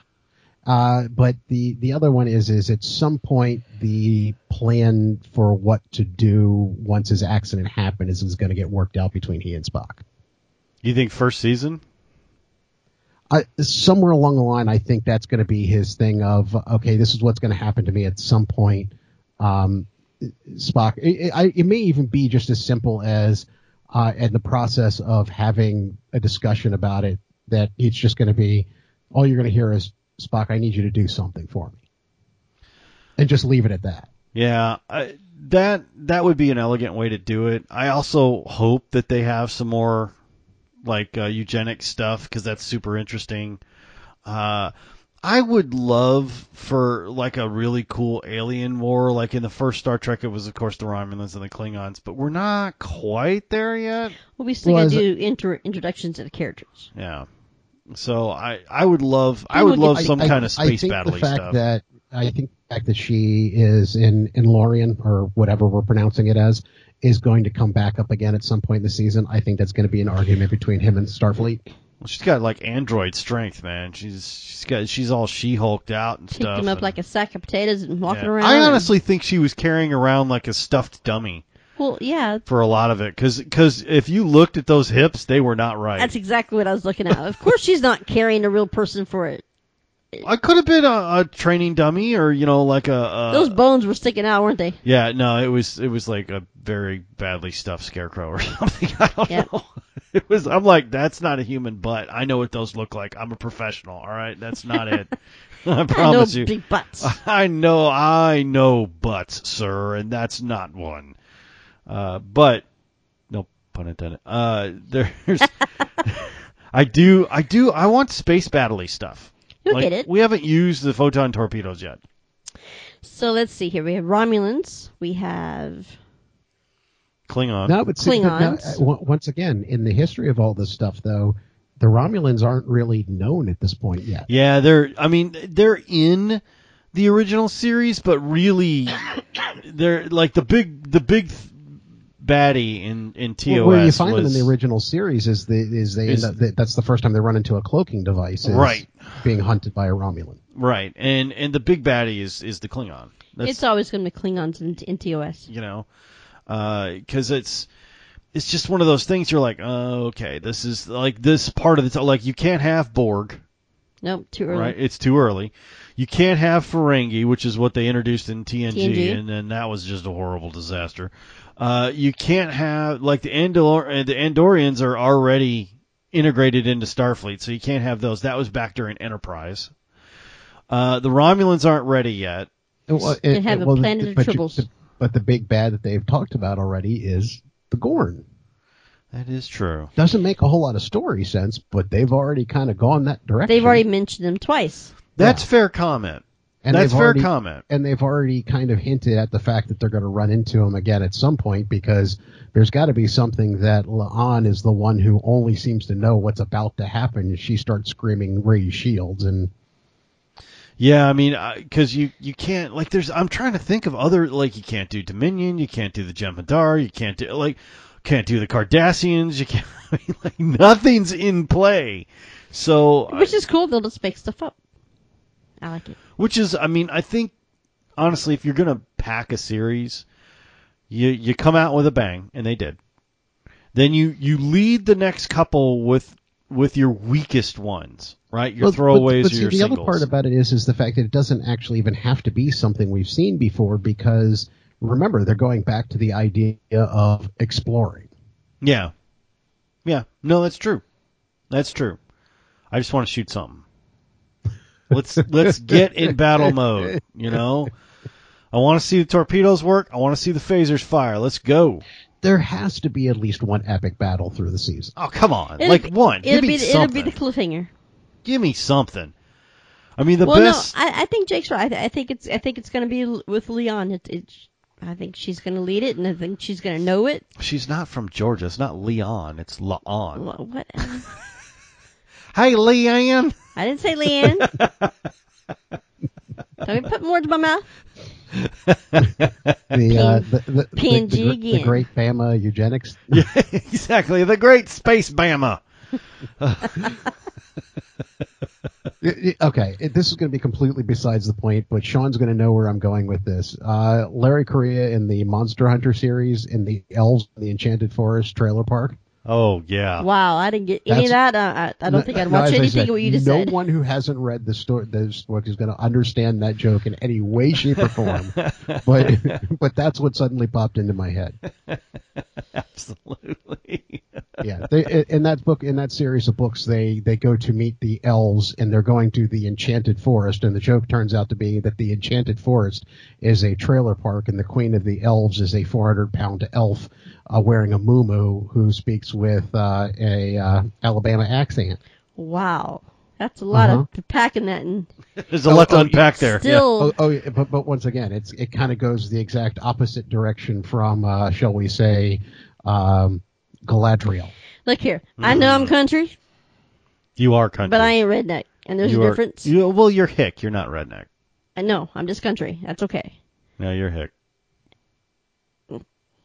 Speaker 3: Uh, but the the other one is is at some point the plan for what to do once his accident happened is, is going to get worked out between he and Spock.
Speaker 1: You think first season?
Speaker 3: I, somewhere along the line, I think that's going to be his thing of okay, this is what's going to happen to me at some point. Um, Spock, it, I, it may even be just as simple as uh, in the process of having a discussion about it that it's just going to be all you're going to hear is Spock, I need you to do something for me, and just leave it at that.
Speaker 1: Yeah, I, that that would be an elegant way to do it. I also hope that they have some more like uh, eugenic stuff because that's super interesting. Uh, I would love for like a really cool alien war, like in the first Star Trek. It was of course the Romulans and the Klingons, but we're not quite there yet.
Speaker 2: Well, we still
Speaker 3: Well,
Speaker 2: gotta
Speaker 3: is
Speaker 2: do inter- introductions of the characters.
Speaker 1: Yeah. So I, I would love I
Speaker 2: They
Speaker 1: would
Speaker 2: would
Speaker 1: love
Speaker 2: get-
Speaker 1: some
Speaker 3: I-
Speaker 1: kind of
Speaker 3: I
Speaker 1: space
Speaker 3: think
Speaker 1: battle
Speaker 3: the fact
Speaker 1: stuff.
Speaker 3: that I think the fact that she is in in Lorien or whatever we're pronouncing it as is going to come back up again at some point in the season. I think that's going to be an argument between him and Starfleet.
Speaker 1: Well, she's got like android strength, man. She's she's got she's all she hulked out and
Speaker 2: Picked
Speaker 1: stuff.
Speaker 2: them up
Speaker 1: and-
Speaker 2: like a sack of potatoes and
Speaker 1: yeah.
Speaker 2: walking around.
Speaker 1: I
Speaker 2: and-
Speaker 1: honestly think she was carrying around like a stuffed dummy
Speaker 2: well, yeah,
Speaker 1: for a lot of it, because if you looked at those hips, they were not right.
Speaker 2: that's exactly what I was looking at. Of course, she's not carrying a real person for it.
Speaker 1: I could have been a, a training dummy, or you know, like a, a
Speaker 2: Those bones were sticking out, weren't they?
Speaker 1: yeah. No, it was it was like a very badly stuffed scarecrow or something. I don't
Speaker 2: Yep.
Speaker 1: know. It was. I'm like, that's not a human butt. I know what those look like. I'm a professional. All right, that's not it. I
Speaker 2: I know
Speaker 1: promise you. Uh.
Speaker 2: big butts.
Speaker 1: I know, I know butts, sir, and that's not one. Uh, but no pun intended. Uh, there's, I do, I do, I want space battle stuff.
Speaker 2: You'll
Speaker 1: Like,
Speaker 2: get it.
Speaker 1: We haven't used the photon torpedoes yet.
Speaker 2: So let's see here. We have Romulans. We have
Speaker 1: Klingon.
Speaker 3: Now, it seems that now,
Speaker 2: Klingons.
Speaker 3: uh, on- once again, in the history of all this stuff, though, the Romulans aren't really known at this point yet.
Speaker 1: Yeah, they're. I mean, they're in the original series, but really, they're like the big, the big baddie in in TOS.
Speaker 3: Where you find
Speaker 1: was-
Speaker 3: them in the original series is the is they
Speaker 1: Is-
Speaker 3: end up, that- that's the first time they run into a cloaking device, is
Speaker 1: Right.
Speaker 3: Being hunted by a Romulan.
Speaker 1: Right, and and the big baddie is is the Klingon. That's,
Speaker 2: it's always going to be Klingons in, in TOS.
Speaker 1: you know, because it's it's just one of those things. You're like, oh, okay, this is like this part of the like you can't have Borg,
Speaker 2: Nope, too early.
Speaker 1: right? It's too early. You can't have Ferengi, which is what they introduced in TNG,
Speaker 2: TNG.
Speaker 1: and then that was just a horrible disaster. Uh, you can't have like the Andor uh, the Andorians are already integrated into Starfleet, so you can't have those. That was back during Enterprise. Uh, the Romulans aren't ready yet.
Speaker 3: Well,
Speaker 2: They
Speaker 3: it-
Speaker 2: have
Speaker 3: it-
Speaker 2: a
Speaker 3: well,
Speaker 2: planet of
Speaker 3: but you-
Speaker 2: tribbles.
Speaker 3: but the big bad that they've talked about already is the Gorn.
Speaker 1: That is true.
Speaker 3: Doesn't make a whole lot of story sense, but they've already kind of gone that direction.
Speaker 2: They've already mentioned them twice.
Speaker 1: That's fair comment.
Speaker 3: and
Speaker 1: That's
Speaker 3: they've
Speaker 1: fair
Speaker 3: already-
Speaker 1: comment.
Speaker 3: And they've already kind of hinted at the fact that they're going to run into him again at some point because there's got to be something that Laan is the one who only seems to know what's about to happen. She starts screaming, "Raise shields!" and
Speaker 1: Yeah, I mean, because you you can't like there's I'm trying to think of other like you can't do Dominion, you can't do the Jem'Hadar, you can't do like can't do the Cardassians, you can't I mean, like nothing's in play. So I-
Speaker 2: Which is cool. They'll just make stuff up. I like it.
Speaker 1: which is I mean I think honestly if you're gonna pack a series, you you come out with a bang and they did. Then you you lead the next couple with with your weakest ones, right? Your
Speaker 3: Well,
Speaker 1: throwaways
Speaker 3: But, but
Speaker 1: or
Speaker 3: see,
Speaker 1: your
Speaker 3: the
Speaker 1: singles.
Speaker 3: other part about it is is the fact that it doesn't actually even have to be something we've seen before because remember they're going back to the idea of exploring.
Speaker 1: Yeah. Yeah. No, that's true. That's true. I just want to shoot something. Let's let's get in battle mode, you know? I want to see the torpedoes work. I want to see the phasers fire. Let's go.
Speaker 3: There has to be at least one epic battle through the season.
Speaker 1: Oh, come on.
Speaker 2: It'll
Speaker 1: like
Speaker 2: be-
Speaker 1: one.
Speaker 2: It'll
Speaker 1: Give me
Speaker 2: be, the- it'll
Speaker 1: something.
Speaker 2: be the cliffhanger.
Speaker 1: Give me something. I mean, the
Speaker 2: well,
Speaker 1: best
Speaker 2: no, I, I think Jake's right. I, th- I think it's I think it's going to be l- with Leon. It, it I think she's going to lead it, and I think she's going to know it.
Speaker 1: She's not from Georgia. It's not Leon. It's Laon.
Speaker 2: Wha- What?
Speaker 1: Hey, Leanne.
Speaker 2: I didn't say Leanne. Don't be putting words in my mouth.
Speaker 3: The, uh, the, the, the, the,
Speaker 2: Pangean.
Speaker 3: gr- the great Bama eugenics.
Speaker 1: exactly. The great space Bama.
Speaker 3: Y- y- okay, it- this is going to be completely besides the point, but Sean's going to know where I'm going with this. Uh, Larry Correa in the Monster Hunter series, in the Elves, in the Enchanted Forest trailer park.
Speaker 1: Oh yeah.
Speaker 2: Wow, I didn't get any of that. Uh, I, I don't think I'd watch
Speaker 3: as I
Speaker 2: anything
Speaker 3: said,
Speaker 2: of what you just
Speaker 3: no
Speaker 2: said.
Speaker 3: one who hasn't read the story, this book is going to understand that joke in any way, shape, or form. but but that's what suddenly popped into my head.
Speaker 1: Absolutely.
Speaker 3: Yeah, they, in that book, in that series of books, they they go to meet the elves, and they're going to the Enchanted Forest. And the joke turns out to be that the Enchanted Forest is a trailer park, and the Queen of the Elves is a 400 pound elf uh, wearing a muumuu who speaks with uh, a uh, Alabama accent.
Speaker 2: Wow, that's a lot
Speaker 3: Uh-huh.
Speaker 2: of packing that in.
Speaker 1: There's a lot
Speaker 3: oh,
Speaker 1: to unpack there.
Speaker 2: Still,
Speaker 3: Oh, oh yeah, but but once again, it's it kind of goes the exact opposite direction from, uh, shall we say, um, Galadriel.
Speaker 2: look here. I know
Speaker 3: Mm.
Speaker 2: I'm country,
Speaker 1: You are country.
Speaker 2: but I ain't redneck, and there's
Speaker 1: you
Speaker 2: a
Speaker 1: are-
Speaker 2: difference.
Speaker 1: you- well, you're hick. You're not redneck.
Speaker 2: I know I'm just country. That's okay.
Speaker 1: No, you're hick.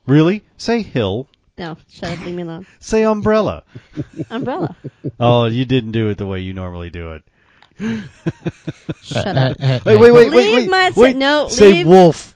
Speaker 1: Really? Say hill.
Speaker 2: No, shut up, leave me alone.
Speaker 1: Say umbrella.
Speaker 2: Umbrella.
Speaker 1: oh, you didn't do it the way you normally do it.
Speaker 2: Shut
Speaker 3: Uh,
Speaker 2: up.
Speaker 1: Wait, wait, wait, wait,
Speaker 2: Leave
Speaker 1: wait.
Speaker 2: my-
Speaker 1: wait.
Speaker 2: no,
Speaker 1: Say
Speaker 2: leave-
Speaker 1: wolf.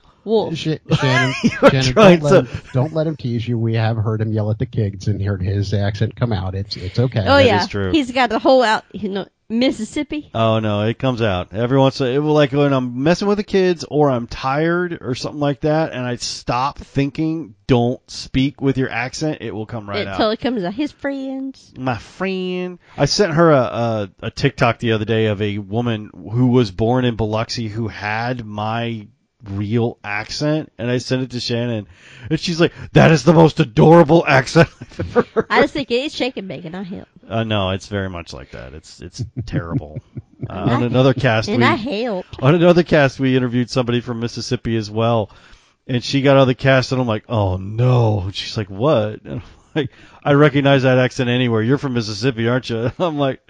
Speaker 2: Wolf.
Speaker 3: Sh- Shannon,
Speaker 1: are
Speaker 3: Shannon
Speaker 1: trying
Speaker 3: don't, let
Speaker 1: to-
Speaker 3: him, don't let him tease you. We have heard him yell at the kids and heard his accent come out. It's it's okay.
Speaker 2: Oh yeah,
Speaker 1: is true.
Speaker 2: he's got the whole out. You know, Mississippi.
Speaker 1: Oh no, it comes out every once. In a, it will like when I'm messing with the kids or I'm tired or something like that, and I stop thinking. Don't speak with your accent. It will come right
Speaker 2: it
Speaker 1: out.
Speaker 2: totally comes out. His friends.
Speaker 1: my friend. I sent her a, a a TikTok the other day of a woman who was born in Biloxi who had my real accent, and I sent it to Shannon, and she's like, "That is the most adorable accent I've ever heard."
Speaker 2: I just think it's shake and bake, and I help.
Speaker 1: Uh, no, it's very much like that. It's it's terrible. uh, on another cast,
Speaker 2: And
Speaker 1: we,
Speaker 2: I help.
Speaker 1: on another cast we interviewed somebody from Mississippi as well, and she got out of the cast, and I'm like, oh no. And she's like, what? And I'm like, I recognize that accent anywhere. You're from Mississippi, aren't you? And I'm like,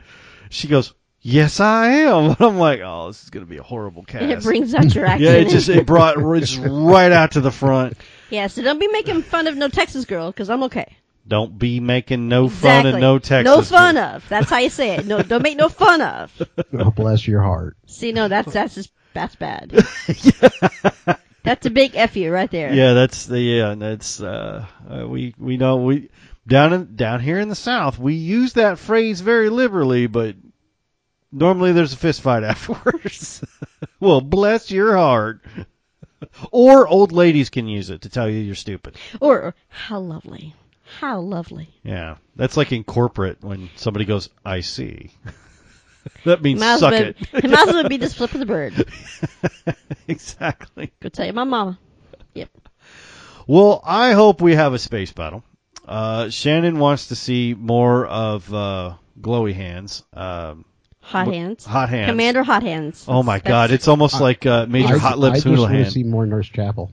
Speaker 1: she goes, yes, I am. And I'm like, oh, this is gonna be a horrible
Speaker 2: And it
Speaker 1: cast.
Speaker 2: brings out your accent.
Speaker 1: yeah, it just it brought it's right out to the front.
Speaker 2: Yeah, so don't be making fun of no Texas girl, because I'm okay.
Speaker 1: Don't be making no
Speaker 2: Exactly.
Speaker 1: fun and no Texas.
Speaker 2: No fun of. That's how you say it. No, don't make no fun of.
Speaker 3: Oh, bless your heart.
Speaker 2: See, no, that's that's just that's bad. That's a big f you right there.
Speaker 1: Yeah, that's the yeah, and that's uh, uh, we we know we down in down here in the South we use that phrase very liberally, but normally there's a fist fight afterwards. well, bless your heart. Or old ladies can use it to tell you you're stupid.
Speaker 2: Or, or, how lovely, how lovely.
Speaker 1: Yeah, that's like in corporate when somebody goes, "I see." that means
Speaker 2: Might as
Speaker 1: suck
Speaker 2: well-
Speaker 1: it.
Speaker 2: might as well be just flipping the bird.
Speaker 1: exactly.
Speaker 2: Go tell you my mama. Yep.
Speaker 1: Well, I hope we have a space battle. Uh, Shannon wants to see more of uh, Glowy Hands. Um,
Speaker 2: Hot hands.
Speaker 1: Hot Hands.
Speaker 2: Commander Hot Hands.
Speaker 1: Oh my
Speaker 2: That's-
Speaker 1: God! It's almost like uh, Major
Speaker 3: I,
Speaker 1: Hot
Speaker 3: I
Speaker 1: Lips
Speaker 3: just want to
Speaker 1: Houlihan.
Speaker 3: see more Nurse Chapel.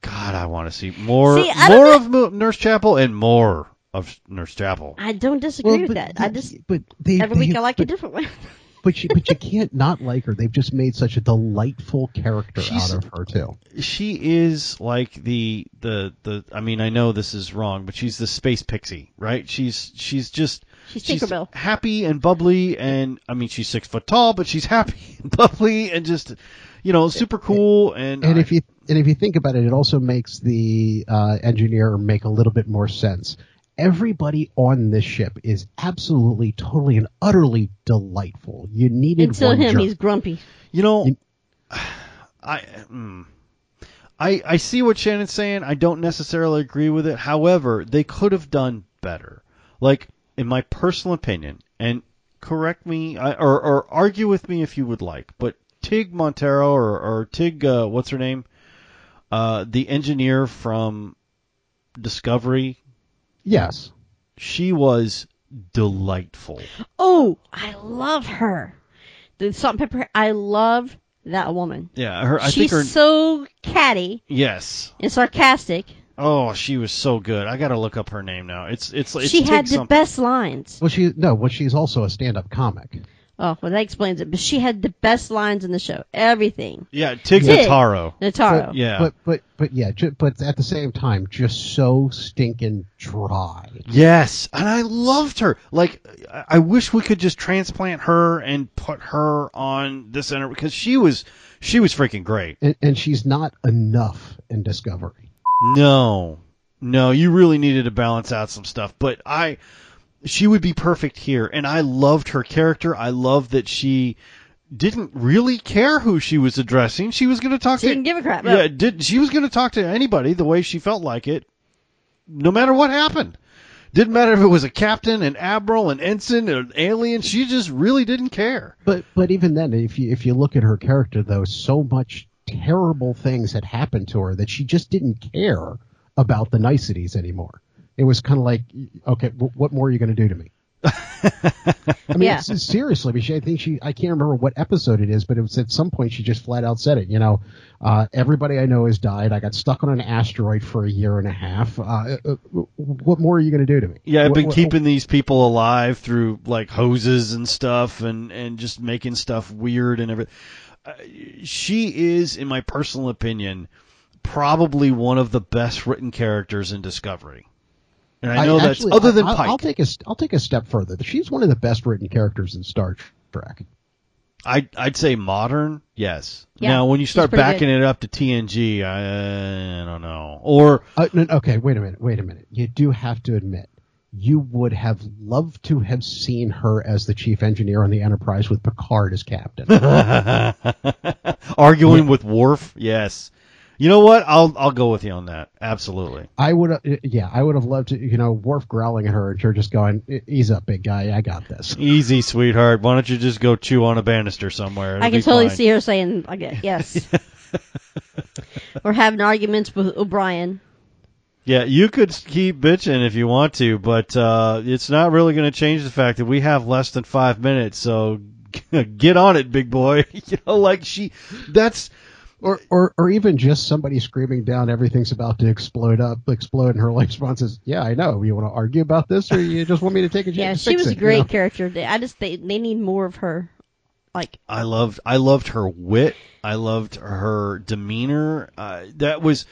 Speaker 1: God, I want to see more,
Speaker 2: See, I don't
Speaker 1: more
Speaker 2: know-
Speaker 1: of Mo- Nurse Chapel and more of Nurse Chapel.
Speaker 2: I don't disagree with that. I just
Speaker 3: but they,
Speaker 2: every week I like
Speaker 3: but,
Speaker 2: a different one.
Speaker 3: But you, but you can't not like her. They've just made such a delightful character
Speaker 1: She's-
Speaker 3: out of her too.
Speaker 1: She is like the the the. I mean, I know this is wrong, but she's the space pixie, right? She's she's just
Speaker 2: She's Tinkerbell.
Speaker 1: happy and bubbly, and I mean, she's six foot tall, but she's happy and bubbly and just you know super cool. And, uh,
Speaker 3: And if you and if you think about it, it also makes the uh, engineer make a little bit more sense. Everybody on this ship is absolutely, totally, and utterly delightful. You needed
Speaker 2: Until
Speaker 3: one
Speaker 2: him,
Speaker 3: jerk.
Speaker 2: he's grumpy.
Speaker 1: You know, I, mm, I, I see what Shannon's saying. I don't necessarily agree with it. However, they could have done better. Like, in my personal opinion, and correct me I, or, or argue with me if you would like, but Tig Montero or, or Tig, uh, what's her name? Uh, the engineer from Discovery,
Speaker 3: yes.
Speaker 1: she was delightful.
Speaker 2: Oh, I love her. The salt and pepper. I love that woman.
Speaker 1: Yeah, her. I think
Speaker 2: She's
Speaker 1: her.
Speaker 2: so catty
Speaker 1: yes.
Speaker 2: and sarcastic.
Speaker 1: Oh, she was so good. I gotta look up her name now. It's it's. it's
Speaker 2: she
Speaker 1: Tig
Speaker 2: had the
Speaker 1: something.
Speaker 2: best lines.
Speaker 3: Well, she no. Well, she's also a stand-up comic.
Speaker 2: Oh, well, that explains it. But she had the best lines in the show. Everything.
Speaker 1: Yeah, Tig
Speaker 2: Tig.
Speaker 1: Notaro.
Speaker 2: Nataro.
Speaker 3: But-
Speaker 1: Yeah.
Speaker 3: But but but yeah. Ju- but at the same time, just so stinking dry.
Speaker 1: Yes, and I loved her. Like, I- I wish we could just transplant her and put her on this center because she was she was freaking great.
Speaker 3: And, and she's not enough in Discovery.
Speaker 1: No, no, you really needed to balance out some stuff. But I, she would be perfect here, and I loved her character. I loved that she didn't really care who she was addressing. She was going to talk
Speaker 2: She
Speaker 1: to
Speaker 2: didn't give a
Speaker 3: Uh,
Speaker 2: crap.
Speaker 1: yeah, did she was going to talk to anybody the way she felt like it, no matter what happened. Didn't matter if it was a captain, an admiral, an ensign, an alien. She just really didn't care.
Speaker 3: But but even then, if you if you look at her character, though, so much terrible things had happened to her that she just didn't care about the niceties anymore. It was kind of like, okay, w- what more are you going to do to me? I mean,
Speaker 2: Yeah.
Speaker 3: s- seriously, I mean, she, I think she, I can't remember what episode it is, but it was at some point she just flat out said it. You know, uh, everybody I know has died. I got stuck on an asteroid for a year and a half. Uh, uh, w- what more are you going to do to me?
Speaker 1: Yeah, I've
Speaker 3: What-
Speaker 1: been
Speaker 3: what-
Speaker 1: keeping these people alive through like hoses and stuff, and and just making stuff weird and everything. She is, in my personal opinion, probably one of the best written characters in Discovery. And I know
Speaker 3: actually-
Speaker 1: that's other than
Speaker 3: I,
Speaker 1: Pike.
Speaker 3: will take a, st- I'll take a step further. She's one of the best written characters in Star Trek.
Speaker 1: I'd, I'd say modern, yes.
Speaker 2: Yeah,
Speaker 1: now, when you
Speaker 2: she's
Speaker 1: start
Speaker 2: pretty
Speaker 1: backing it up to TNG, I, I don't know. Or,
Speaker 3: Uh, no, okay, wait a minute, wait a minute. You do have to admit, you would have loved to have seen her as the chief engineer on the Enterprise with Picard as captain.
Speaker 1: arguing with Worf, yes. You know what? I'll I'll go with you on that. Absolutely.
Speaker 3: I would, have yeah, I would have loved to, you know, Worf growling at her and her just going, "E- "Ease up, big guy, I got this."
Speaker 1: Easy, sweetheart. Why don't you just go chew on a banister somewhere? It'll
Speaker 2: I can
Speaker 1: be
Speaker 2: totally
Speaker 1: fine.
Speaker 2: see her saying, okay, yes. or having arguments with O'Brien.
Speaker 1: Yeah, you could keep bitching if you want to, but uh, it's not really going to change the fact that we have less than five minutes. So get on it, big boy. you know, like she. That's
Speaker 3: Or, or, or even just somebody screaming down, "Everything's about to explode up, explode!" And her response is, "Yeah, I know. You want to argue about this, or you just want me to take a chance?"
Speaker 2: Yeah,
Speaker 3: and
Speaker 2: she
Speaker 3: fix
Speaker 2: was a
Speaker 3: it, you
Speaker 2: great
Speaker 3: know?
Speaker 2: character. They- I just they they need more of her. Like
Speaker 1: I loved I loved her wit. I loved her demeanor. Uh, that was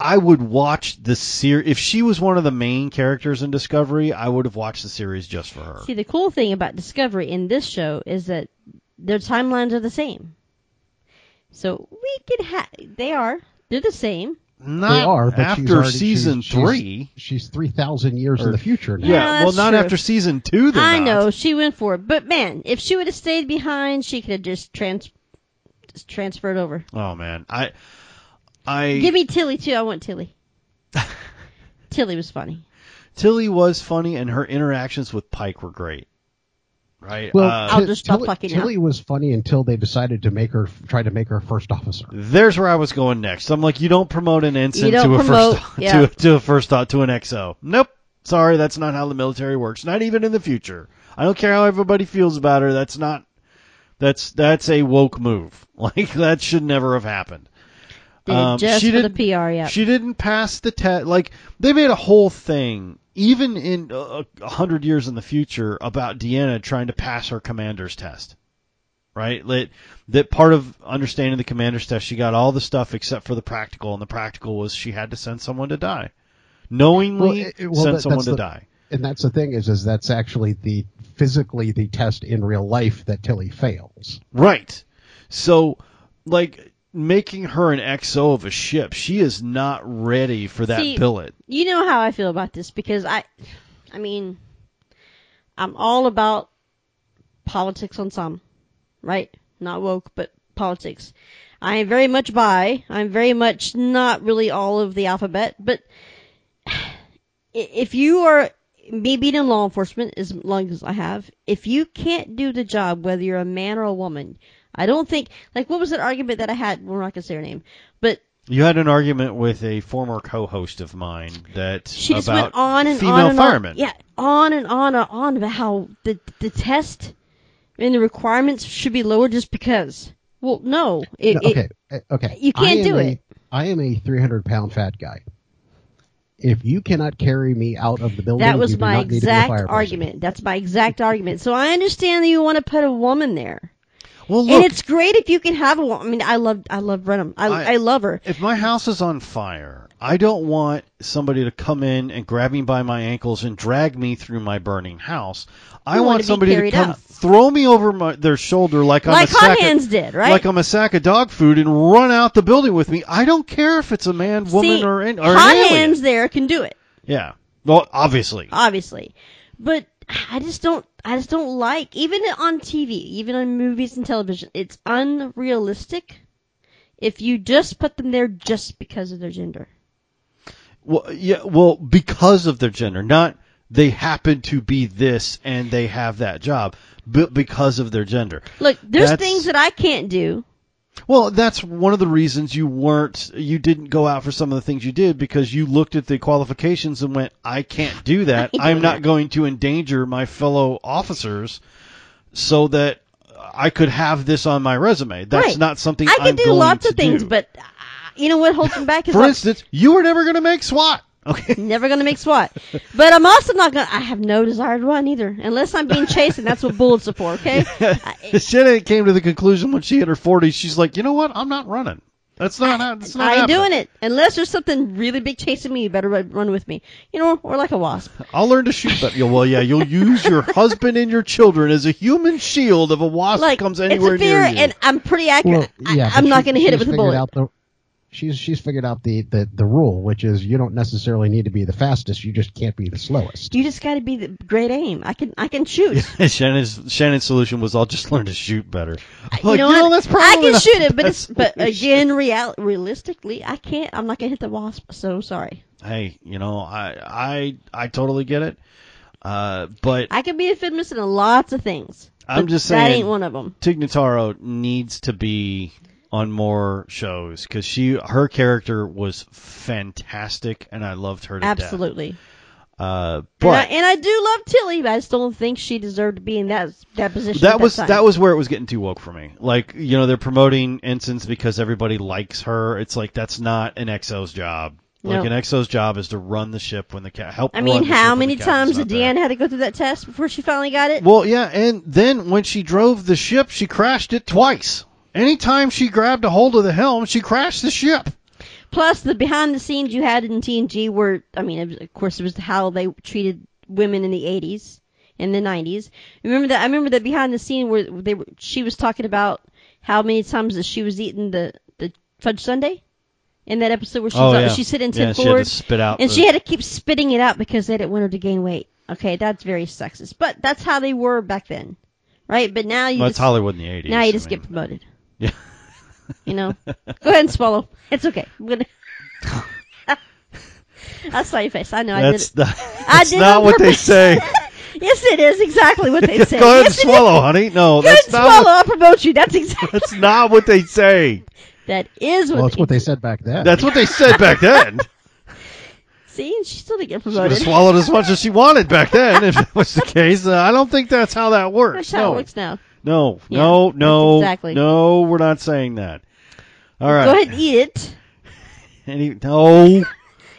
Speaker 1: I would watch the series if she was one of the main characters in Discovery. I would have watched the series just for her.
Speaker 2: see the cool thing about Discovery in this show is that their timelines are the same. So we can have they are they're the same.
Speaker 1: Not
Speaker 3: They are, but she's
Speaker 1: after
Speaker 3: already-
Speaker 1: season
Speaker 3: she's- she's-
Speaker 1: three.
Speaker 3: She's three thousand years
Speaker 1: Or-
Speaker 3: in the future now.
Speaker 1: yeah, well,
Speaker 2: that's
Speaker 1: not
Speaker 2: true.
Speaker 1: after season two. They're
Speaker 2: I
Speaker 1: not.
Speaker 2: know she went for it, but man, if she would have stayed behind, she could have just trans just transferred over.
Speaker 1: Oh man, I, I
Speaker 2: Give me Tilly too. I want Tilly. Tilly was funny.
Speaker 1: Tilly was funny, and her interactions with Pike were great. Right.
Speaker 3: Well,
Speaker 1: Uh,
Speaker 2: I'll
Speaker 3: Ti-
Speaker 2: just stop
Speaker 3: Tilly,
Speaker 2: fucking now.
Speaker 3: Tilly was funny until they decided to make her try to make her first officer.
Speaker 1: There's where I was going next. I'm like, you don't promote an ensign
Speaker 2: You don't
Speaker 1: to a
Speaker 2: promote-
Speaker 1: first
Speaker 2: yeah.
Speaker 1: to, a, to a first thought to an XO. Nope. Sorry, that's not how the military works. Not even in the future. I don't care how everybody feels about her. That's not. That's that's a woke move. Like that should never have happened.
Speaker 2: Did it
Speaker 1: Um,
Speaker 2: just
Speaker 1: she
Speaker 2: for the
Speaker 1: didn't-
Speaker 2: PR, yeah.
Speaker 1: She didn't pass the test. Like they made a whole thing, even in uh, a hundred years in the future, about Deanna trying to pass her commander's test. Right? That that part of understanding the commander's test, she got all the stuff except for the practical, and the practical was she had to send someone to die, knowingly
Speaker 3: Well, it- it- well,
Speaker 1: send
Speaker 3: that-
Speaker 1: someone
Speaker 3: that's
Speaker 1: to
Speaker 3: the-
Speaker 1: die.
Speaker 3: And that's the thing is, is that's actually the physically the test in real life that Tilly fails.
Speaker 1: Right. So, like making her an XO of a ship, she is not ready for that
Speaker 2: See,
Speaker 1: billet.
Speaker 2: you know how I feel about this because I, I mean, I'm all about politics on some, right? Not woke, but politics. I am very much bi. I'm very much not really all of the alphabet, but i- if you are me being in law enforcement as long as I have, if you can't do the job, whether you're a man or a woman, I don't think like what was that argument that I had? We're not gonna say her name, but
Speaker 1: You had an argument with a former co-host of mine that
Speaker 2: she just
Speaker 1: about
Speaker 2: went on and
Speaker 1: female
Speaker 2: on and
Speaker 1: firemen.
Speaker 2: on. Yeah, on and on and on about how the the test and the requirements should be lower just because. Well, no. It,
Speaker 3: No,
Speaker 2: it-
Speaker 3: okay, eh, okay.
Speaker 2: you can't
Speaker 3: I am
Speaker 2: do
Speaker 3: a-
Speaker 2: it.
Speaker 3: I am a 300 pound fat guy. If you cannot carry me out of the building,
Speaker 2: that was
Speaker 3: you do
Speaker 2: my
Speaker 3: not need to be a
Speaker 2: exact
Speaker 3: fire person.
Speaker 2: argument. That's my exact argument. So I understand that you want to put a woman there.
Speaker 1: Well,
Speaker 2: And
Speaker 1: look,
Speaker 2: it's great if you can have a woman. I mean, I love, I love Brenham. I,
Speaker 1: I-
Speaker 2: I, love her.
Speaker 1: if my house is on fire, I don't want somebody to come in and grab me by my ankles and drag me through my burning house. I
Speaker 2: You want
Speaker 1: want
Speaker 2: to be
Speaker 1: somebody to
Speaker 2: carried
Speaker 1: come
Speaker 2: out.
Speaker 1: throw me over my, their shoulder like, I'm a
Speaker 2: Like Hot
Speaker 1: sack of,
Speaker 2: Hands did, right?
Speaker 1: like I'm a sack of dog food and run out the building with me. I don't care if it's a man, woman,
Speaker 2: See,
Speaker 1: or an, or an
Speaker 2: Hot
Speaker 1: alien.
Speaker 2: Hands there can do it,
Speaker 1: Yeah. Well, obviously.
Speaker 2: obviously. But I just don't, I just don't like, even on TV, even on movies and television, it's unrealistic if you just put them there just because of their gender.
Speaker 1: Well, yeah. Well, because of their gender, not they happen to be this and they have that job, but because of their gender.
Speaker 2: Look, there's
Speaker 1: That's-
Speaker 2: things that I can't do.
Speaker 1: Well, that's one of the reasons you weren't, you didn't go out for some of the things you did because you looked at the qualifications and went, I can't do that. I'm not going to endanger my fellow officers so that I could have this on my resume. That's
Speaker 2: Right.
Speaker 1: not something
Speaker 2: I can
Speaker 1: I'm
Speaker 2: do
Speaker 1: going
Speaker 2: lots
Speaker 1: to
Speaker 2: of things,
Speaker 1: do.
Speaker 2: but uh, you know what holds me back is
Speaker 1: for
Speaker 2: I'm
Speaker 1: instance, you were never going to make SWAT. Okay.
Speaker 2: never gonna make SWAT. But I'm also not gonna. I have no desire to run either, unless I'm being chased, and that's what bullets are for. Okay. I,
Speaker 1: Jenna came to the conclusion when she hit her 40s, she's like, you know what? I'm not running. That's not. how that's not
Speaker 2: I ain't
Speaker 1: happening.
Speaker 2: doing it unless there's something really big chasing me. You better run run with me, you know, or like a wasp.
Speaker 1: I'll learn to shoot better. Yeah, Well, yeah, you'll use your husband and your children as a human shield if a wasp
Speaker 2: Like
Speaker 1: comes
Speaker 2: it's
Speaker 1: anywhere
Speaker 2: a fear,
Speaker 1: near you.
Speaker 2: and I'm pretty accurate.
Speaker 3: Well, yeah,
Speaker 2: I, I'm
Speaker 3: but
Speaker 2: not
Speaker 3: she-
Speaker 2: gonna hit it
Speaker 3: she's
Speaker 2: with a
Speaker 3: figured
Speaker 2: bullet.
Speaker 3: out the- she's she's figured out the, the the rule, which is you don't necessarily need to be the fastest. You just can't be the slowest.
Speaker 2: You just got to be the great aim. I can I can shoot.
Speaker 1: Shannon's Shannon's solution was I'll just learn to shoot better. Like,
Speaker 2: you know, what?
Speaker 1: that's probably
Speaker 2: I can
Speaker 1: not
Speaker 2: shoot
Speaker 1: the
Speaker 2: it, but it's
Speaker 1: best
Speaker 2: but uh,
Speaker 1: solution.
Speaker 2: again, real realistically, I can't. I'm not gonna hit the wasp. So sorry.
Speaker 1: hey, you know, I I I totally get it. Uh, but
Speaker 2: I can be a feminist in lots of things.
Speaker 1: I'm
Speaker 2: but
Speaker 1: just
Speaker 2: that
Speaker 1: saying-
Speaker 2: ain't one of them.
Speaker 1: Tignataro needs to be on more shows because she her character was fantastic and I loved her to death.
Speaker 2: Absolutely.
Speaker 1: Uh,
Speaker 2: And I,
Speaker 1: but
Speaker 2: and I do love Tilly, but I still don't think she deserved to be in that that position. at
Speaker 1: that was
Speaker 2: time.
Speaker 1: that was where it was getting too woke for me. Like you know they're promoting Ensigns because everybody likes her. It's like that's not an EXO's job. Like
Speaker 2: No.
Speaker 1: an EXO's job is to run the ship when the cat help.
Speaker 2: I
Speaker 1: run
Speaker 2: mean,
Speaker 1: the ship
Speaker 2: how
Speaker 1: when
Speaker 2: many
Speaker 1: the
Speaker 2: times
Speaker 1: captain's
Speaker 2: did
Speaker 1: not there.
Speaker 2: Deanne had to go through that test before she finally got it?
Speaker 1: Well, yeah, and then when she drove the ship, she crashed it twice. Anytime she grabbed a hold of the helm, she crashed the ship.
Speaker 2: Plus, the behind the scenes you had in TNG were, I mean, it was- of course, it was how they treated women in the 80s and the 90s. Remember that? I remember the behind the scene where they were, she was talking about how many times that she was eating the the fudge sundae in that episode where she
Speaker 1: Oh,
Speaker 2: was,
Speaker 1: yeah.
Speaker 2: she's sitting
Speaker 1: Yeah,
Speaker 2: ten
Speaker 1: she had to
Speaker 2: forward
Speaker 1: spit out
Speaker 2: and
Speaker 1: the-
Speaker 2: she had to keep spitting it out because they didn't want her to gain weight. Okay, that's very sexist, but that's how they were back then, right? But now you
Speaker 1: Well, it's
Speaker 2: just,
Speaker 1: Hollywood in the eighties.
Speaker 2: now you just get promoted. Yeah. you know, go ahead and swallow. It's okay. I'm gonna. I saw your face. I know.
Speaker 1: That's
Speaker 2: I did.
Speaker 1: not, that's
Speaker 2: did it
Speaker 1: not
Speaker 2: on
Speaker 1: what they
Speaker 2: purpose.
Speaker 1: say.
Speaker 2: It. Yes, it is exactly what they
Speaker 1: Go
Speaker 2: said.
Speaker 1: ahead and
Speaker 2: yes, it is.
Speaker 1: swallow, honey. No,
Speaker 2: Go ahead
Speaker 1: that's
Speaker 2: and
Speaker 1: not.
Speaker 2: swallow.
Speaker 1: What,
Speaker 2: I'll promote you. That's exactly.
Speaker 1: that's not what they say.
Speaker 2: That is what.
Speaker 3: Well, that's what they said back then.
Speaker 1: That's what they said back then.
Speaker 2: See, and she still didn't get
Speaker 1: She would have
Speaker 2: promoted.
Speaker 1: swallowed as much as she wanted back then, if that was the case. Uh, I don't think that's how that
Speaker 2: That's
Speaker 1: works.
Speaker 2: how
Speaker 1: No,
Speaker 2: it works now.
Speaker 1: no,
Speaker 2: Yeah,
Speaker 1: no, no,
Speaker 2: that's exactly.
Speaker 1: no. We're not saying that. All right.
Speaker 2: Go ahead and eat it.
Speaker 1: Any, no,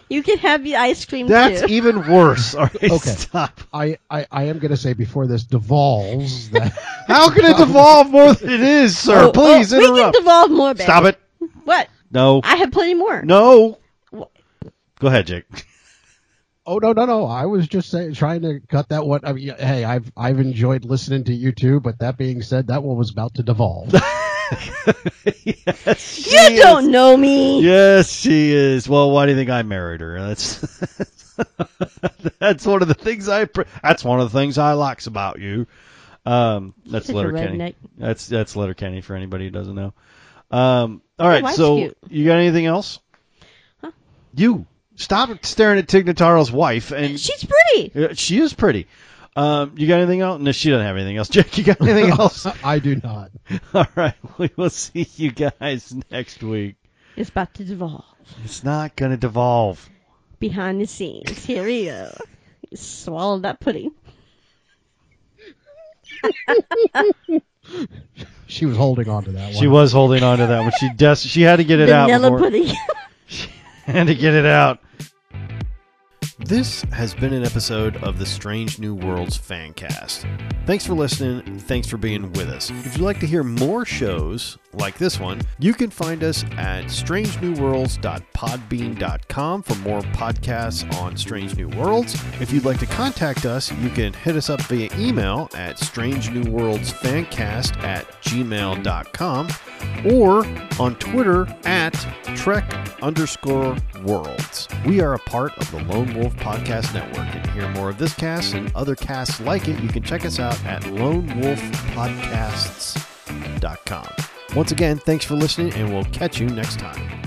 Speaker 2: You can have the ice cream
Speaker 1: that's
Speaker 2: too.
Speaker 1: even worse. All right,
Speaker 3: Okay.
Speaker 1: stop.
Speaker 3: I, I, I am going to say before this devolves that
Speaker 1: How can it devolve more than it is, sir?
Speaker 2: Oh,
Speaker 1: Please
Speaker 2: oh, We can
Speaker 1: interrupt.
Speaker 2: devolve more. Babe.
Speaker 1: Stop it.
Speaker 2: What?
Speaker 1: No,
Speaker 2: I have plenty more.
Speaker 1: no.
Speaker 2: Wha-
Speaker 1: Go ahead, Jake.
Speaker 3: Oh no no no! I was just saying, trying to cut that one. I mean, hey, I've I've enjoyed listening to you two, but that being said, that one was about to devolve.
Speaker 1: yes,
Speaker 2: You don't know me.
Speaker 1: Yes, she is. Well, why do you think I married her? That's that's one of the things I pr- that's one of the things I likes about you. Um, that's
Speaker 2: Such a redneck.
Speaker 1: Letterkenny. That's that's Letterkenny for anybody who doesn't know. Um, all right,
Speaker 2: wife's
Speaker 1: so
Speaker 2: Oh, cute.
Speaker 1: you got anything else?
Speaker 2: Huh?
Speaker 1: You stop staring at Tignataro's wife, and
Speaker 2: She's pretty.
Speaker 1: Yeah, she is pretty. Um, you got anything else? No, she doesn't have anything else. Jake, you got anything else?
Speaker 3: I do not.
Speaker 1: All right, we will see you guys next week.
Speaker 2: It's about to devolve.
Speaker 1: It's not going to devolve.
Speaker 2: behind the scenes. Here we go. Swallow that pudding.
Speaker 3: She was holding on to that one.
Speaker 1: She was holding on to that one. She des- she had to get it out.
Speaker 2: Vanilla
Speaker 1: before-
Speaker 2: pudding.
Speaker 1: and to get it out. This has been an episode of the Strange New Worlds Fancast. Thanks for listening. and Thanks for being with us. If you'd like to hear more shows like this one, you can find us at strangenewworlds.podbean.com for more podcasts on Strange New Worlds. If you'd like to contact us, you can hit us up via email at strangenewworldsfancast at gmail.com or on Twitter at Trek underscore worlds. We are a part of the Lone Wolf Podcast Network. And to hear more of this cast and other casts like it, you can check us out at lonewolfpodcasts.com. Once again, thanks for listening, and we'll catch you next time.